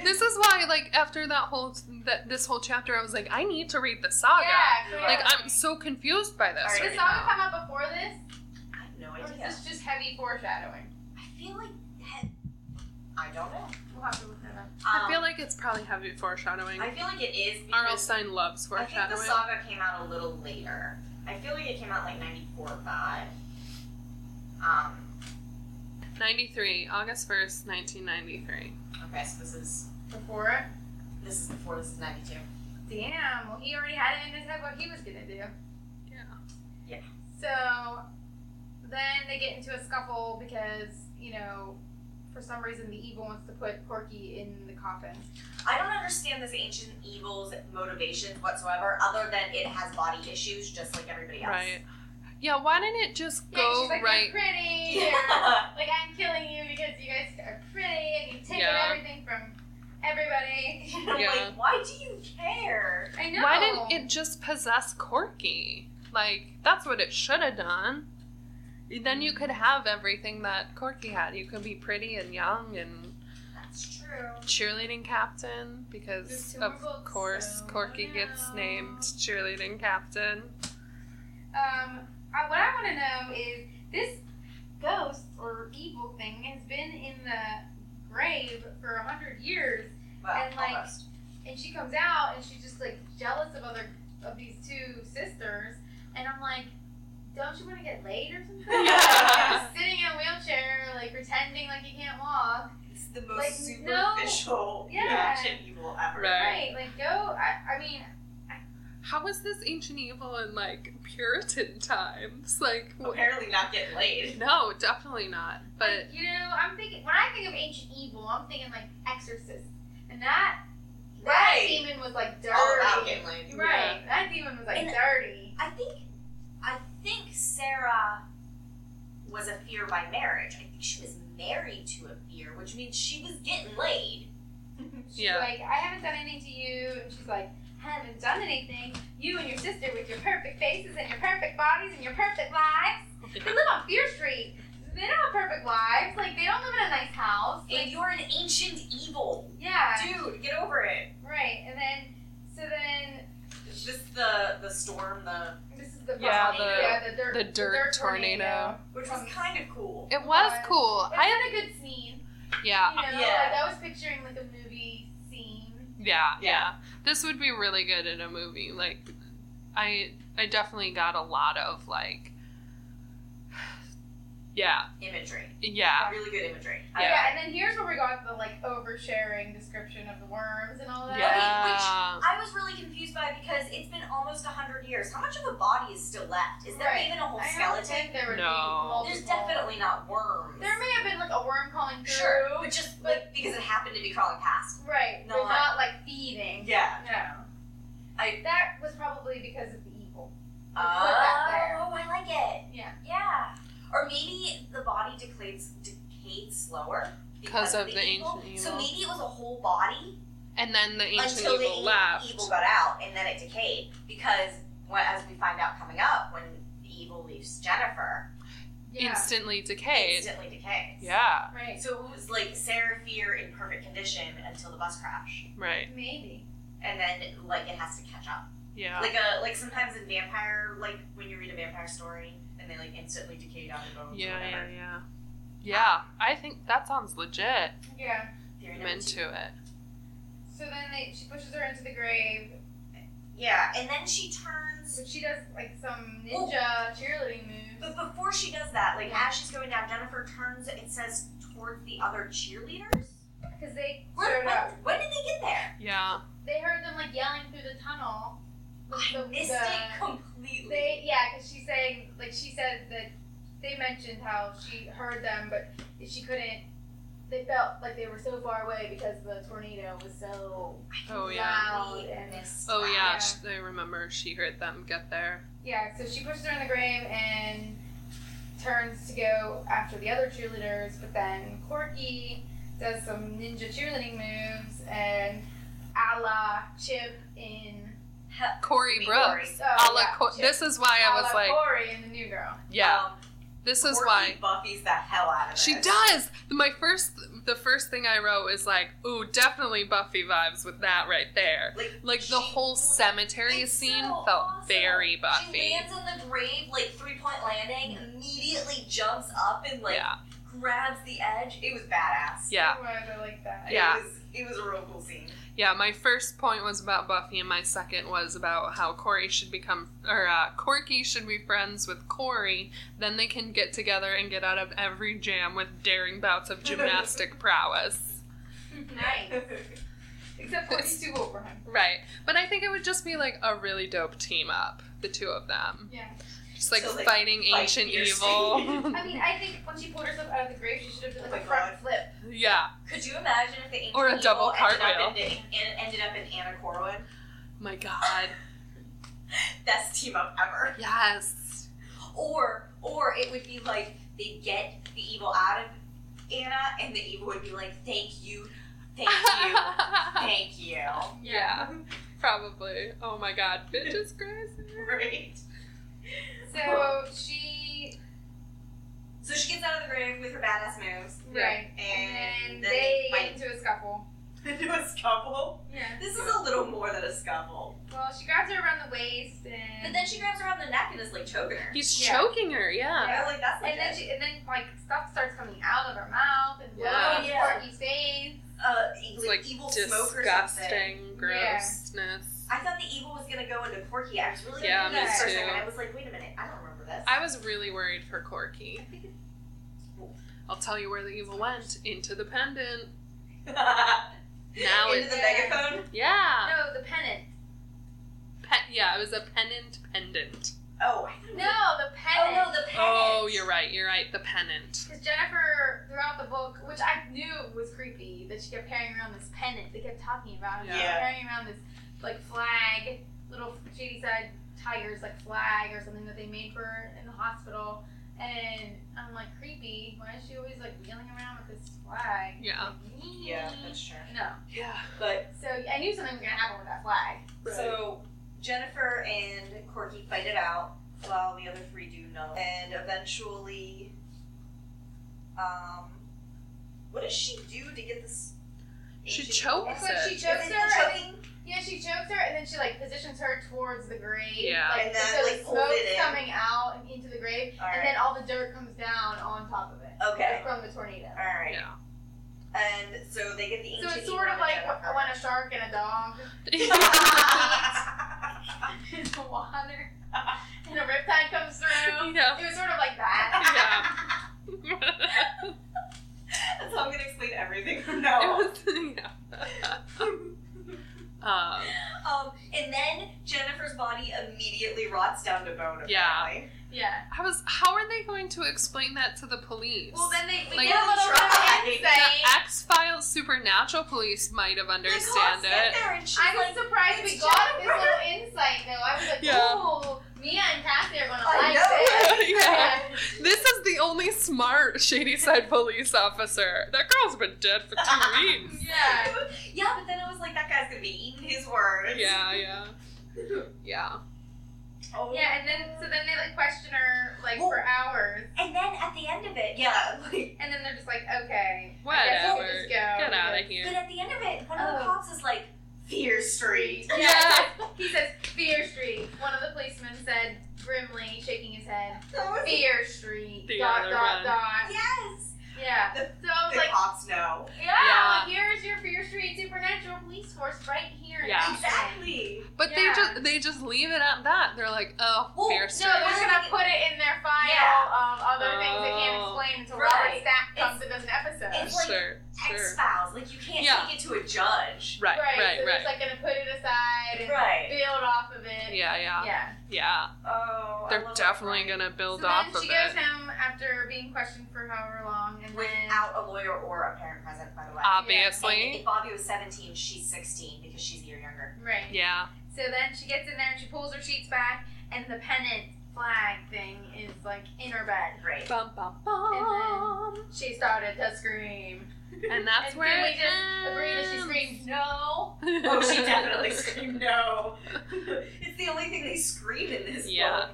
this is why. Like after that whole that this whole chapter, I was like, I need to read the saga. Yeah, Yeah. Oh, Like clearly. I'm so confused by this. All right, Did right the now. saga come out before this? I have no Or is idea. this just heavy foreshadowing? I feel like he- I don't know. We'll have to look that up. I feel Um, like it's probably heavy foreshadowing. I feel like it is R.L. because Stein loves I think the foreshadowing. saga came out a little later. I feel like it came out like ninety four or five. Um. 93, August 1st, 1993. Okay, so this is Before it? this is before this is ninety two. Damn, well, he already had it in his head what he was gonna do. Yeah. Yeah. So then they get into a scuffle because, you know, for some reason the evil wants to put Corky in the coffin. I don't understand this ancient evil's motivations whatsoever, other than it has body issues, just like everybody else. <laughs> Right. Yeah, why didn't it just Yeah, go she's like, right? You're pretty. or, Yeah. like, I'm killing you because you guys are pretty and you've taken Yeah. everything from everybody. <laughs> I'm Yeah. like, why do you care? I know. Why didn't it just possess Corky? Like, that's what it should have done. Then you could have everything that Corky had. You could be pretty and young and That's true. cheerleading captain There's because, two of more books, course, so Corky no. gets named cheerleading captain. Um, I, what I want to know is this ghost or evil thing has been in the grave for a hundred years, Well, And, like, almost. and she comes out and she's just like jealous of other of these two sisters, and I'm like, don't you want to get laid or something? Yeah. Like, sitting in a wheelchair, like pretending like you can't walk. It's the most Like, no. superficial Yeah. reaction you will ever. Right. Right? Like, go. I, I mean, How was this ancient evil in like Puritan <laughs> times? Like, wh- Apparently not get laid. No, definitely not. But you know, I'm thinking when I think of ancient evil, I'm thinking like exorcist, and that that Right. demon was like dirty. All about getting laid. Right. That demon was like And- dirty. I think, I think Sarah was a fear by marriage. I think she was married to a fear, which means she was getting laid. She's Yeah. like, I haven't done anything to you. And she's like, I haven't done anything. You and your sister with your perfect faces and your perfect bodies and your perfect lives. They live on Fear Street. They don't have perfect lives. Like, they don't live in a nice house. And Like, you're an ancient evil. yeah. Dude, get over it. Right. And then, so then, It's just the the storm, the This is the Yeah, tornado. the- yeah, the dirt, the dirt tornado. which was kind of cool. It was cool. It's I not a good scene. yeah, You know, Yeah. like I was picturing like a movie scene. yeah, yeah. Yeah. This would be really good in a movie. Like, I I definitely got a lot of like, yeah, Imagery. yeah, Really good imagery. Yeah. Yeah. and then here's where we got the like oversharing description of the worms and all that. yeah. I was really confused by it because it's been almost 100 years. How much of a body is still left? Is there Right. even a whole I skeleton? don't think there would be No. multiple. There's definitely not worms. There may have been like a worm crawling through. Sure, but just but- like because it happened to be crawling past. Right. No, but I- not like feeding. Yeah. No. I- That was probably because of the evil. Oh, that there. I like it. Yeah. Yeah. Or maybe the body decays, decayed slower Because of the evil. ancient So evil. maybe it was a whole body And then the ancient until evil the left. ancient evil got out, and then it decayed. Because when, as we find out coming up, when the evil leaves Jennifer, Yeah. Instantly decayed. instantly decays. Yeah, Right. So it was like Seraphir in perfect condition until the bus crash, right. Maybe. and then like it has to catch up. Yeah. Like a like sometimes in vampire like when you read a vampire story and they like instantly decayed out of bones. or yeah, yeah, whatever. yeah. Yeah, I think that sounds legit. Yeah. Theory I'm number two. into it. So then they, she pushes her into the grave, Yeah, and then she turns. but she does like some ninja Ooh. cheerleading moves. But before she does that, like as she's going down, Jennifer turns. It says towards the other cheerleaders. Because they Where, showed when, up. when did they get there? Yeah. They heard them like yelling through the tunnel. I The- missed the- it completely. They yeah, because she's saying like she said that they mentioned how she heard them, but she couldn't. They felt like they were so far away because the tornado was so Oh yeah. loud Completely and missed Oh that. yeah. sh I remember she heard them get there. yeah. So she pushes her in the grave and turns to go after the other cheerleaders, but then Corky does some ninja cheerleading moves and a la Chip in. Heh, Corey Corey Brooks. Brooks. Oh, a la yeah, Cor- Chip. this is why a I la was like, Corey in the new girl. yeah. Um, This is Corky why Buffy's the hell out of it. she does. My first, the first thing I wrote is like, ooh, definitely Buffy vibes with that right there. Like, Like the she- whole cemetery It's scene so felt awesome. very She Buffy. lands in the grave, like three point landing, immediately jumps up and like yeah. grabs the edge. It was badass. Yeah. Why I like that. Yeah. It was, it was a real cool scene. Yeah, my first point was about Buffy, and my second was about how Corey should become, or uh, Corky should be friends with Corey. Then they can get together and get out of every jam with daring <laughs> bouts of gymnastic prowess. Nice. <laughs> Except Corky's too old for him. Right. But I think it would just be like a really dope team up, the two of them. Yeah. Just like So, like, fighting fight ancient fiercely. evil. I mean, I think when she pulled herself out of the grave, she should have done Oh like a my front God. flip. <laughs> yeah. Could you imagine if the ancient Or a evil double ended cartwheel. Up in, in- ended up in Anna Corwin? My God. Best team up ever. Yes. Or or it would be like they get the evil out of Anna, and the evil would be like, "Thank you, thank <laughs> <laughs> you, thank you." yeah. Probably. Oh my God. Bitch <laughs> is crazy. Right. So she, So she gets out of the grave with her badass moves. Yeah. right, And and, then they, they get fight. into a scuffle. into a scuffle. Yeah. This is a little more than a scuffle. Well, she grabs her around the waist, and But then she grabs her around the neck and is like choking her. He's Yeah. choking her, yeah. Yeah, like that's and then she, she, and then like stuff starts coming out of her mouth and Yeah. blowing Yeah. Corky's face. uh, It's like, like evil smoke or something. disgusting grossness. I thought the evil was gonna go into Corky. I was really Yeah, confused me for a too. second. I was like, wait a minute, I don't remember this. <laughs> I was really worried for Corky. I'll tell you where the evil went into the pendant. Now into it's the it- megaphone. yeah, No, the pennant. Pe- yeah. It was a pennant pendant. Oh, I thought it was No, a- the Oh pennant. no, the pen. Oh, you're right. You're right. The pennant. Because Jennifer, throughout the book, which I knew was creepy, that she kept carrying around this pennant. They kept talking about it. She kept Yeah. carrying around this like flag, little shady side tigers like flag or something that they made for her in the hospital. And I'm like, creepy. Why is she always like wheeling around with this flag? Yeah. Like, Yeah, that's true. No. Yeah. Mm. But So I knew something was gonna happen with that flag. so Jennifer and Corky fight it out while the other three do nothing, and eventually, um, what does she do to get this? She ancient chokes woman? It's like it. she chokes Isn't her. it choking? Yeah, she chokes her, and then she like positions her towards the grave. Yeah. like, And then, so like, the hold it smoke's in. coming out and into the grave, All and right. then all the dirt comes down on top of it. Okay. like, from the tornado. All right. Yeah. And so they get the So ancient. it's sort of Hebrew like Jennifer. <laughs> when a shark and a dog <laughs> <laughs> in the water, <laughs> and a riptide comes through. Yeah. It was sort of like that. That's how I'm gonna explain everything <laughs> from now on. <laughs> It was, yeah. <laughs> um, Um, and then Jennifer's body immediately rots down to bone. Apparently. Yeah. Yeah. I was. How are they going to explain that to the police? Well, then they we Like, get a little bit of try. insight. the X Files supernatural police might have Nicole's understand in it. oh, there and she's I <laughs> was like, surprised we it's got this Jennifer. little insight though. I was like, Yeah. ooh, Mia and Cassie are gonna I like know. this. <laughs> yeah. This is the only smart Shady Side police officer. That girl's been dead for two weeks. yeah. yeah, but then I was like, that guy's gonna be eating his words. Yeah, yeah. Yeah. <laughs> Oh. Yeah, and then so then they like question her like for hours, And then at the end of it, yeah, like. and then they're just like, okay, I guess we'll Whatever. just go. Get out of But here. at the end of it, one of the Oh. cops is like, Fear Street. Yeah. he says Fear Street. One of the policemen said grimly, shaking his head, <laughs> That was- Fear Street. The dot other dot one. dot. Yes. Yeah. The- So I was The like, cops know. yeah, Yeah. well, here's your Fear Street supernatural police force right here. in Yeah. Houston. Exactly. But Yeah. they just they just leave it at that. They're like, oh, Well, fair no, No, they're just gonna put it in their file Yeah. of other things they can't Oh. explain until Right. Robert Stack comes and does an it's episode. like sure, Ex sure. spouse. Like, you can't Yeah. take it to a judge. Right, so right, they're right. just like gonna put it aside and Right. build off of it. yeah, yeah, yeah, Yeah. Oh. I They're love that definitely line. gonna build so off then of she it. goes home after being questioned for however long, and then Without a lawyer or a parent present, by the way. Obviously. And if Bobby was 17, she's 16 because she's a year younger. right. Yeah. So then she gets in there and she pulls her sheets back, and the pennant flag thing is like in her bed. Right. Bum, bum, bum. She started to scream. And, that's and where then we it just agree that she <laughs> screams no. ends. <laughs> Oh, she definitely screamed <laughs> no. it's the only thing they scream in this Yeah. book.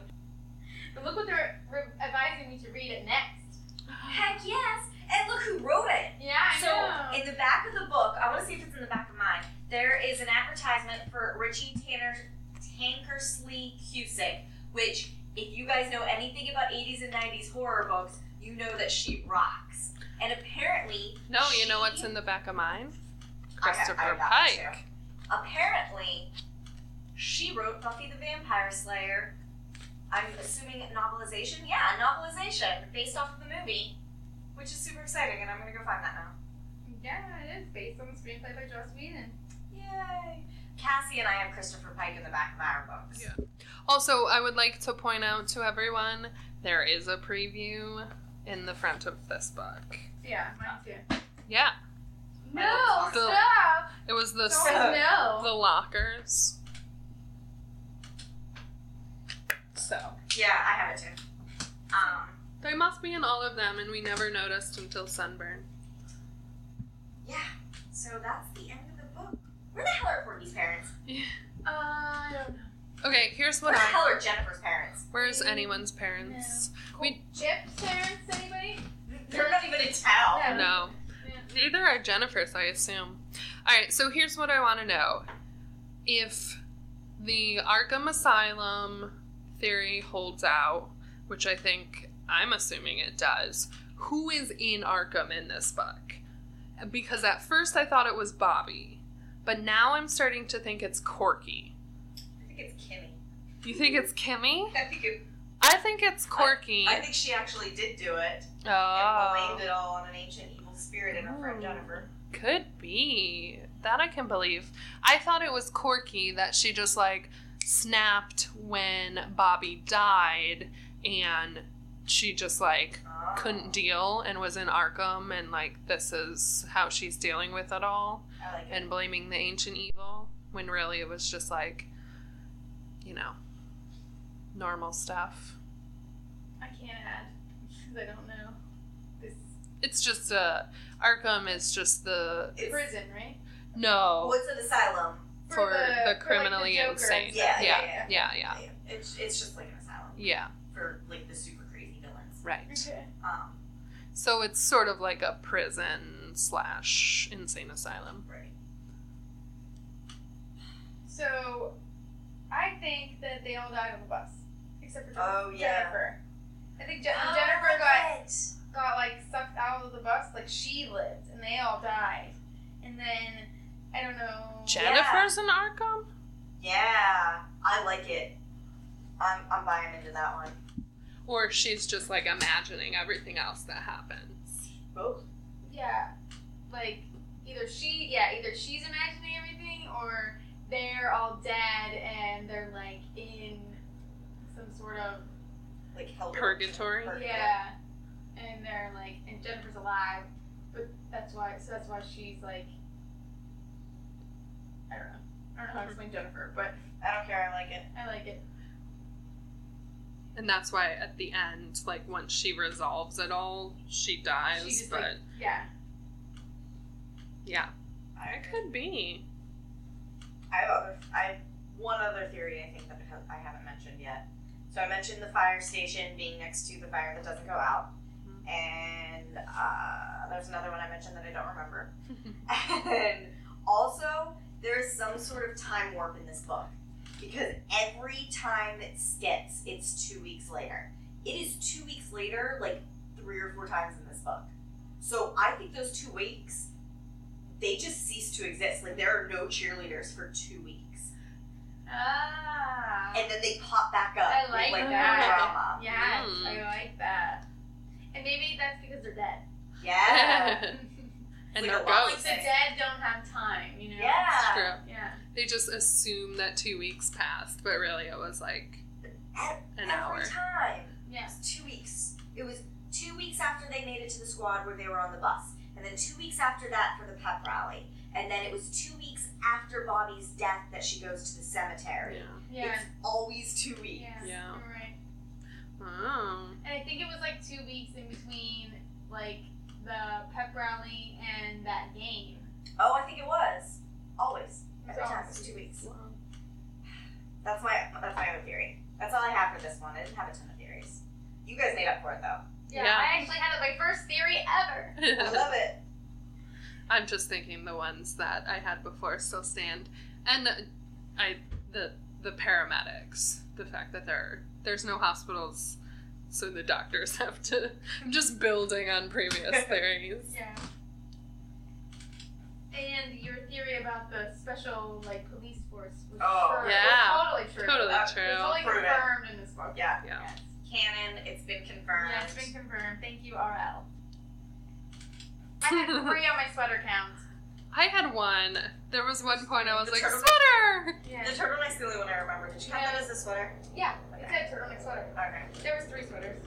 But look what they're re- advising me to read it next. Heck yes. And look who wrote it. Yeah, I so know. in the back of the book, I want to see if it's in the back of mine. There is an advertisement for Richie Tanner Tankersley Cusick, which if you guys know anything about 80s and 90s horror books, you know that she rocks. And apparently, no, you know she- what's in the back of mine? I got- I Christopher got Pike. that too. Apparently, she wrote Buffy the Vampire Slayer. I'm assuming novelization. Yeah, novelization based off of the movie, which is super exciting, and I'm gonna go find that now. yeah, it is based on the screenplay by Joss Whedon. Yay! Cassie and I have Christopher Pike in the back of our books. Yeah. Also, I would like to point out to everyone there is a preview in the front of this book. Yeah, mine too. Yeah, No, The- stop. it was the Don't no. the lockers. So Yeah, I have it too. Um, they must be in all of them, and we never noticed until sunburn. yeah. So that's the end of the book. Where the hell are Courtney's parents? Uh, I don't know. Okay, here's Where what the I. hell are Jennifer's parents? Where's anyone's parents? We- Chip's parents, anybody? They're not even in town. No. No. Yeah. Neither are Jennifer's, I assume. All right, so here's what I want to know. If the Arkham Asylum theory holds out, which I think I'm assuming it does, who is in Arkham in this book? Because at first I thought it was Bobby, but now I'm starting to think it's Corky. I think it's Kimmy. You think it's Kimmy? I think it, I think it's Corky. I think she actually did do it and oh, blamed it all on an ancient evil spirit and her friend Jennifer. Could be. That I can believe. I thought it was Corky that she just like snapped when Bobby died and she just like Oh. couldn't deal and was in Arkham and like this is how she's dealing with it all I like it. and blaming the ancient evil when really it was just like you know normal stuff. I can't add because I don't know. This It's just a Arkham is just the It's- prison, right? no What's an asylum? for the, for, like, criminally Joker and insane. stuff. Yeah, yeah, yeah, yeah, yeah. It's, it's just like an asylum Yeah, for like the super crazy villains. right. Okay. Um, So it's sort of like a prison slash insane asylum. Right. So I think that they all died on the bus, except for Oh, Jennifer. yeah. I think Je- Oh, Oh, Jennifer got got like sucked out of the bus, like she lived, and they all died. And then I don't know. Jennifer's in Arkham? Yeah, I like it. I'm, I'm buying into that one. Or she's just like imagining everything else that happens. Both. Yeah, like either she, yeah, either she's imagining everything, or they're all dead and they're like in some sort of Like hell. Purgatory? yeah, and they're like, and Jennifer's alive, but that's why, so that's why she's like, I don't know, I don't know how to explain Jennifer, but I don't care. I like it. I like it. And that's why at the end, like once she resolves it all, she dies. She just, but like- Yeah, yeah. I It could be. I have other. I have one other theory. I think that because I haven't mentioned yet. So I mentioned the fire station being next to the fire that doesn't go out, Mhm. and uh, there's another one I mentioned that I don't remember. and also, there is some sort of time warp in this book because every time it skips, it's two weeks later. It is two weeks later, like three or four times in this book. So I think those two weeks, they just cease to exist. Like there are no cheerleaders for two weeks, ah, and then they pop back up. I with, like like that. drama. yes, Mm. I like that, and maybe that's because they're <laughs> dead. <laughs> Oh. Yeah. and Like they're a lot like ghosts. the dead don't have time, you know. yeah. True. Yeah. They just assume that two weeks passed, but really it was like an Every hour. time. Yeah. It was two weeks. It was two weeks after they made it to the squad where they were on the bus, and then two weeks after that for the pep rally, and then it was two weeks after Bobby's death that she goes to the cemetery. Yeah. Yeah. It's always two weeks. Yeah. Yeah. You're right. Oh. And I think it was like two weeks in between like the pep rally and that game. Oh, I think it was always every So- time. It was two weeks. That's my that's my own theory. That's all I have for this one. I didn't have a ton of theories. You guys made up for it though. Yeah, Yeah. I actually had my first theory ever. I love it. <laughs> I'm just thinking the ones that I had before still stand, and uh, I the the paramedics. The fact that there there's no hospitals, so the doctors <laughs> have to. I'm just building on previous theories. Yeah. And your theory about the special like police force was Oh, true. yeah. was totally true. Totally Uh, true. It's totally Proven. confirmed in this book. Yeah. yeah. Yes. Canon. It's been confirmed. Yeah, it's been confirmed. Thank you, RL. I had three on my sweater count. I had one. There was one point I was The like turtle- sweater. <laughs> Yeah. The turtleneck's the only one I remember. Did you have that as a sweater? Yeah, it said turtleneck sweater. Okay. There was three sweaters.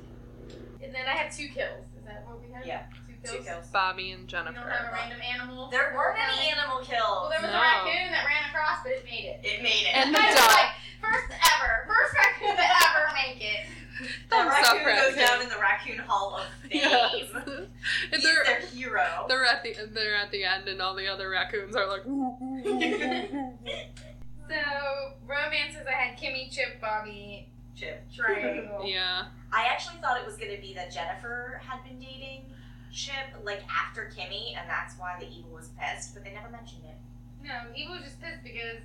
And then I had two kills. Is that what we had? Yeah. Two Two kills. kills. Bobby and We don't have a Jennifer. random animal. There weren't any animal Well, kills. there was No. a raccoon that ran across, but it made it. It made it. And the I was dog. like, first ever, first raccoon to ever make it. the Thumbs raccoon up, goes raccoon. down in the raccoon hall <laughs> of fame. Yes. <laughs> He's And their, they're hero. they're at the they're at the end, and all the other raccoons are like. "Ooh, ooh, ooh, ooh, ooh." So romances, I had Kimmy, Chip, Bobby, Chip. Triangle. yeah. I actually thought it was going to be that Jennifer had been dating Chip like after Kimmy, and that's why the evil was pissed, but they never mentioned it. No, he was just pissed because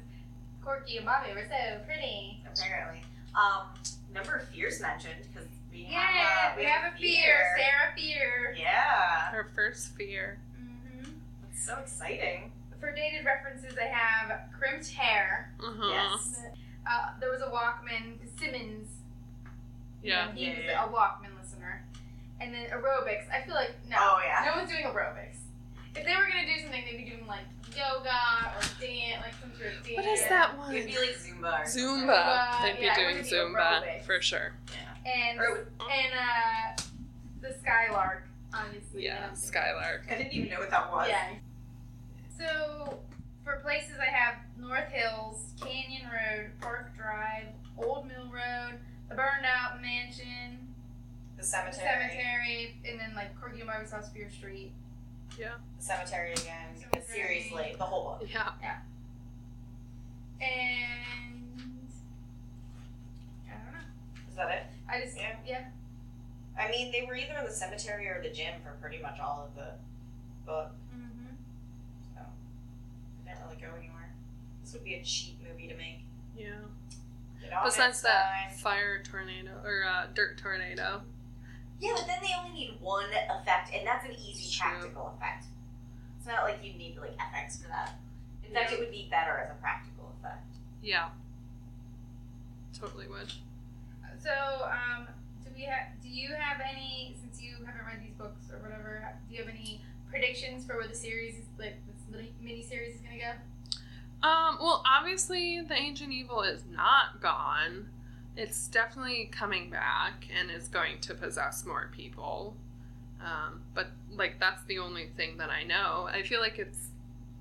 Corky and Bobby were so pretty. Apparently, um, number of fears mentioned because we Yeah, have a, we have a fear, Sarah fear. Yeah, Her first fear. hmm it's so exciting. For dated references, I have crimped hair. Uh-huh. Yes. Uh, there was a Walkman Simmons. you Yeah. know, he Yeah, was yeah. a Walkman listener. And then aerobics. I feel like no, Oh yeah. no one's doing aerobics. If they were gonna do something, they'd be doing like yoga or dance, like some sort of dance. What is that It would one? be like Zumba. Or Zumba. Zumba, They'd be yeah, it doing would be Zumba aerobics. for sure. And Or it would, and uh, the Skylark, obviously. I Yeah, don't think- Skylark. I didn't even know what that was. Yeah. So for places, I have North Hills, Canyon Road, Park Drive, Old Mill Road, the Burned Out Mansion. the The cemetery. cemetery, and then like Corky and Bobby's house, Fear Street. The cemetery again. Cemetery. Seriously, the whole book. Yeah. And I don't know. Is that it? I just yeah. Yeah. I mean, they were either in the cemetery or the gym for pretty much all of the book. Mm-hmm. They didn't really go anywhere. It was This would be a cheap movie to make. Yeah. Get on Besides it, that son. fire tornado or uh, dirt tornado. Yeah, but then they only need one effect, and that's an easy True. practical effect. It's not like you need like FX for that. In fact, it would be better as a practical effect. <laughs> Yeah. Totally would. So, um, do we have? Do you have any? Since you haven't read these books or whatever, do you have any predictions for where the series, is, like this mini series, is gonna go? Um, well, obviously, the ancient evil is not gone. It's definitely coming back and is going to possess more people. Um, but, like, that's the only thing that I know. I feel like it's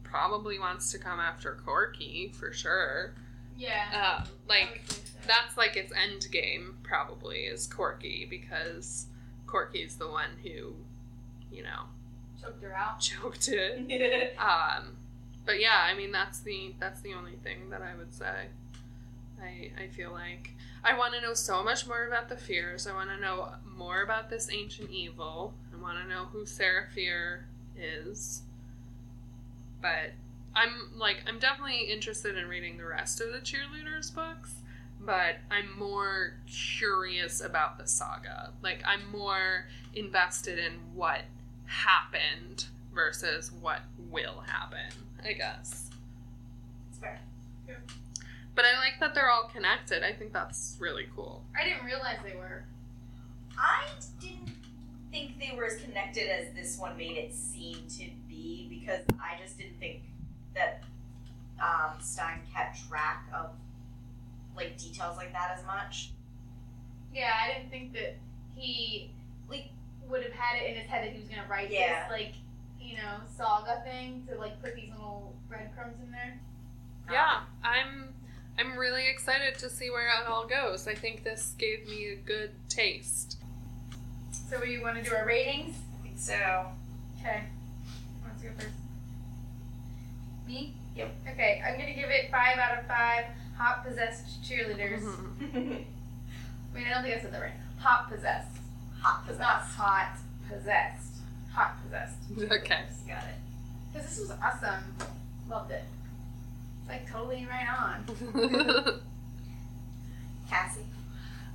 probably wants to come after Corky for sure. Yeah. I Uh, like, would think so. that's like its end game, probably, is Corky because Corky's the one who, you know, <laughs> choked her out. choked it. yeah, Um, but yeah, I mean that's the that's the only thing that I would say. I I feel like I want to know so much more about the fears. I want to know more about this ancient evil. I want to know who Seraphir is. But I'm like I'm definitely interested in reading the rest of the cheerleaders books, but I'm more curious about the saga. Like I'm more invested in what happened versus what will happen, I guess. it's fair. But I like that they're all connected. I think that's really cool. I didn't realize they were. I didn't think they were as connected as this one made it seem to be because I just didn't think that um, Stein kept track of like details like that as much. Yeah, I didn't think that he like would have had it in his head that he was gonna write Yeah. this like you know saga thing to like put these little breadcrumbs in there. Yeah, I'm I'm really excited to see where it all goes. I think this gave me a good taste. So we want to do our ratings. I think Um, so. <laughs> Okay. Who wants to go first? Me? Yep. Okay, I'm gonna give it five out of five hot possessed cheerleaders. Mm-hmm. <laughs> I mean, I don't think I said that right. Hot possessed. Hot It's possessed. not hot possessed. Hot possessed. <laughs> okay. Got it. Because this was awesome. Loved it. It's like totally right on. um, Cassie.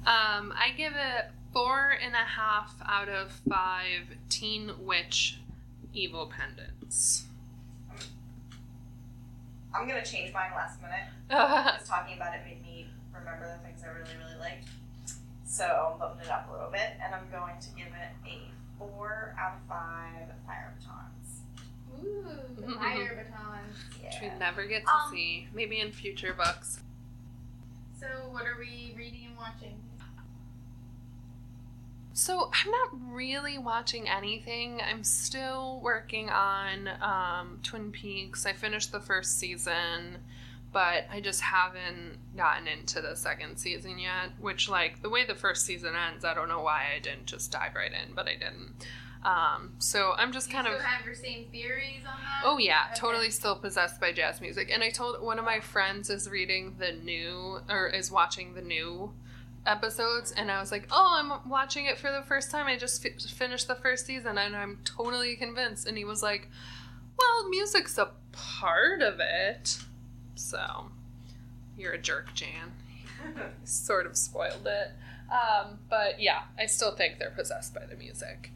I give it four and a half out of five teen witch evil <laughs> pendants. I'm gonna change mine last minute. Just talking about it made me remember the things I really, really liked. So I'm bumping it up a little bit, and I'm going to give it a four out of five fire batons. <laughs> Ooh, the fire batons. Which <laughs> we Yeah. never get to Um, see. Maybe in future books. So, what are we reading and watching? So I'm not really watching anything. I'm still working on um, Twin Peaks. I finished the first season, but I just haven't gotten into the second season yet. Which, like, the way the first season ends, I don't know why I didn't just dive right in, but I didn't. Um, so I'm just kind you of. still have your same theories on that? Oh yeah, Okay. totally still possessed by jazz music. And I told one of my friends is reading the new or is watching the new episodes and I was like, "Oh, I'm watching it for the first time. I just fi- finished the first season and I'm totally convinced." And he was like, "Well, music's a part of it." So, you're a jerk, Jan. sort of spoiled it. Um, but yeah, I still think they're possessed by the music.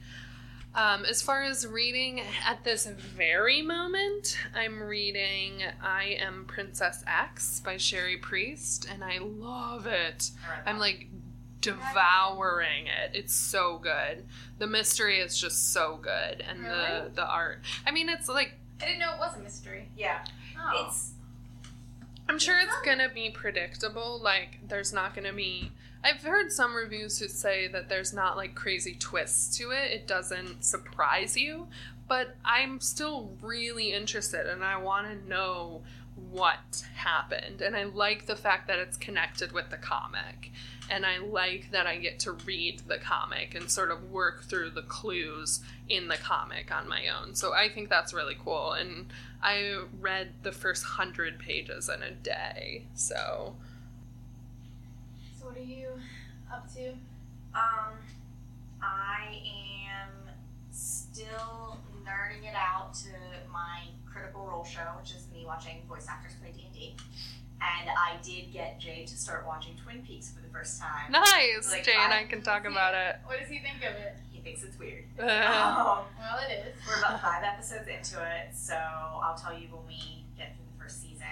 Um, as far as reading at this very moment, I'm reading I Am Princess X by Sherry Priest, and I love it. I'm like devouring it. It's so good. The mystery is just so good, and Really? the, the art. I mean, it's like, I didn't know it was a mystery. yeah, Oh. it's I'm sure it's gonna be predictable. Like, there's not gonna be. I've heard some reviews who say that there's not like crazy twists to it. It doesn't surprise you, but I'm still really interested and I want to know what happened. And I like the fact that it's connected with the comic. And I like that I get to read the comic and sort of work through the clues in the comic on my own. So I think that's really cool. And I read the first hundred pages in a day. So So what are you up to? um, I am still nerding it out to my critical role show, which is me watching voice actors play D and D. And I did get Jay to start watching Twin Peaks for the first time. Nice, Like, Jay and I- I can talk about it. What does he think of it? He thinks it's weird. Ugh. Um, Well, it is. We're about five episodes into it, so I'll tell you when we get through the first season.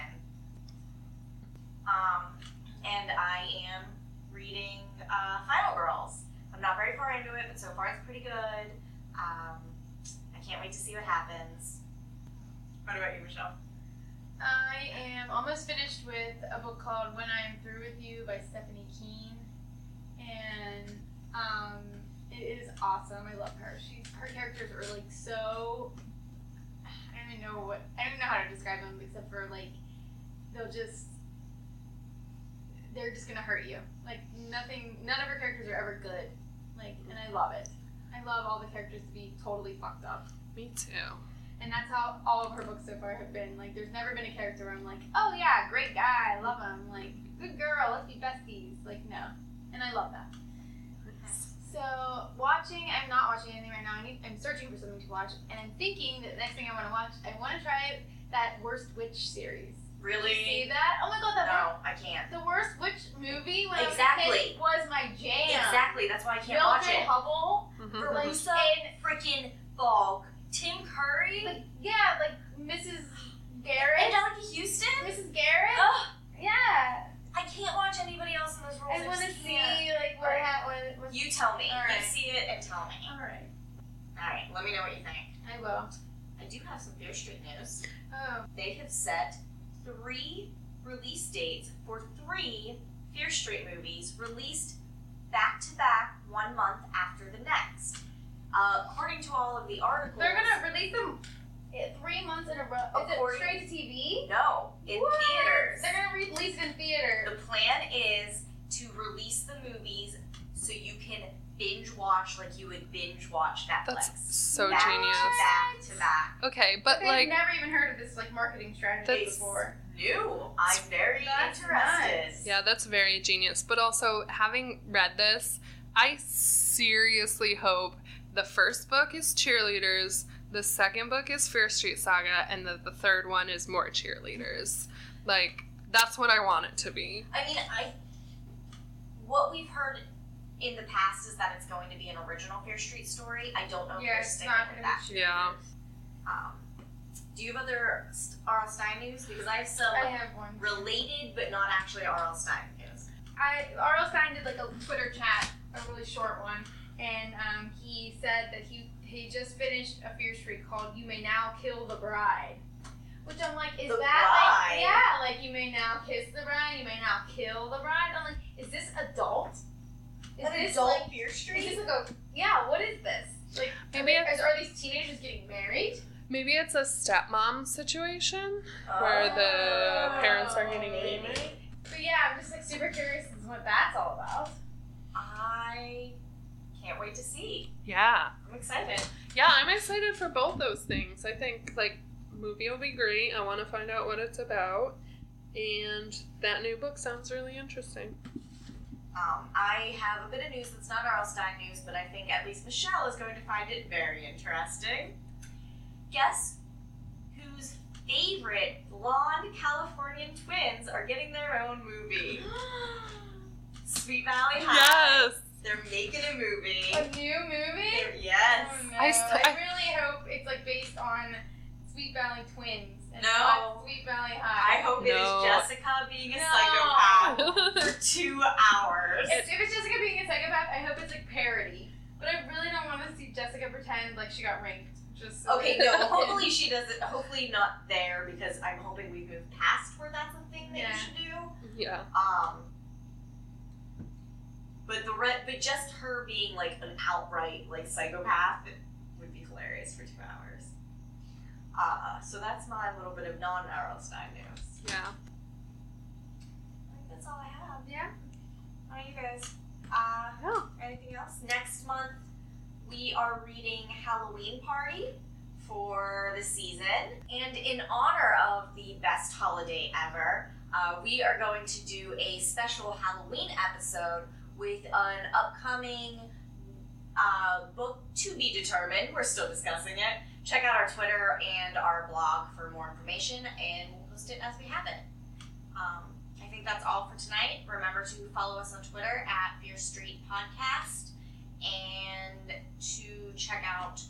Um, and I am reading uh, Final Girls. I'm not very far into it, but so far it's pretty good. Um, I can't wait to see what happens. What about you, <laughs> Michelle? I am almost finished with a book called When I Am Through With You by Stephanie Keene. And um, it is awesome. I love her. She's her characters are like so I don't even know what I don't know how to describe them except for like they'll just they're just gonna hurt you. Like nothing none of her characters are ever good. Like and I love it. I love all the characters to be totally fucked up. Oh. Me too. And that's how all of her books so far have been. Like, there's never been a character where I'm like, oh yeah, great guy, I love him. Like, good girl, let's be besties. Like, no. And I love that. So, watching, I'm not watching anything right now. I need, I'm searching for something to watch. And I'm thinking that the next thing I want to watch, I want to try that Worst Witch series. Did you see Really? that? Oh my god, that No, I can't. The Worst Witch movie when I was a Exactly. kid was my jam. Exactly, that's why I can't watch Mildred it. Hubble. Mhm. Rosa And- freaking Fogg, Tim Curry, Like, yeah, like Mrs. and Oh. Garrett. Angelica Houston. Mrs. Garrett? Ugh. Yeah. I can't watch anybody else in those roles. I want to just see can't. like what Alright. happened. What, You tell me. Alright. You see it and tell me. all right, All right. Let me know what you think. I will. I do have some very Street news. Oh, They have set three release dates for three Fear Street movies released back to back, one month after the next. Uh, according to all of the articles, they're gonna release them i- Eh, three months in a row. Is it According- straight to TV? no in What? theaters. They're gonna release it in The theater. plan is to release the movies so you can binge watch like you would binge watch Netflix. That's so back genius. To back to back. Okay, but They've like, never even heard of this like marketing strategy That's before. new. I'm very That's interested. nice. yeah, that's very genius. But also, having read this, I seriously hope the first book is Cheerleaders, the second book is Fear Street Saga, and that the third one is more Cheerleaders. Like, that's what I want it to be. I mean, I what we've heard in the past is that it's going to be an original Fear Street story. I don't know if Yeah, they're it's sticking not with gonna that. be true. Yeah. Um, do you have other st- R.L. Stein news? Because I have some I have one. related but not actually R.L. Stein news. I R.L. Stein did like a Twitter chat, a really short one, and um, he said that he he just finished a Fear Street called "You May Now Kill the Bride," which I'm like, is The that Bride? like yeah, like you may now kiss the bride, you may now kill the bride. I'm like, is this adult? Is An this adult like Fear Street? is this like a yeah? What is this? Like Maybe are, they- is- are these teenagers getting married? Maybe it's a stepmom situation where the parents are getting Maybe. remarried. So yeah, I'm just like super curious as to what that's all about. <gasps> I can't wait to see. Yeah. I'm excited. Yeah, I'm excited for both those things. I think like movie will be great. I want to find out what it's about. And that new book sounds really interesting. Um, I have a bit of news that's not Arlstein news, but I think at least Michelle is going to find it very interesting. Guess whose favorite blonde Californian twins are getting their own movie? Sweet Valley High. They're making a movie. A new movie? They're- yes. Oh, no. I I, s- I- really hope it's like based on Sweet Valley Twins and No. not Sweet Valley I High. hope it No. is Jessica being a No. psychopath for two hours. If, if it's Jessica being a psychopath, I hope it's like parody. But I really don't want to see Jessica pretend like she got raped. Just so Okay, no, hopefully she doesn't, hopefully not there because I'm hoping we've moved past where that's a thing that Yeah. you should do. <laughs> Yeah. Um, but the re- but just her being like an outright like psychopath would be hilarious for two hours. Uh, so that's my little bit of non Arlstein news. Yeah. I think that's all I have. yeah. How are you guys? Uh, Yeah. Anything else? Next month, we are reading Halloween Party for the season. And in honor of the best holiday ever, uh, we are going to do a special Halloween episode with an upcoming uh, book to be determined. We're still discussing it. check out our Twitter and our blog for more information, and we'll post it as we have it. Um, I think that's all for tonight. Remember to follow us on Twitter at Fear Street Podcast and to check out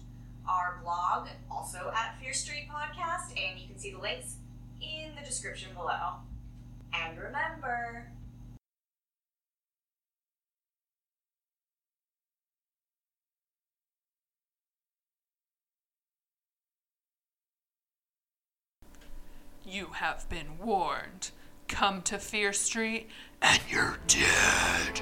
our blog also at Fear Street Podcast, and you can see the links in the description below. And remember, You have been <laughs> warned. Come to Fear Street and you're dead.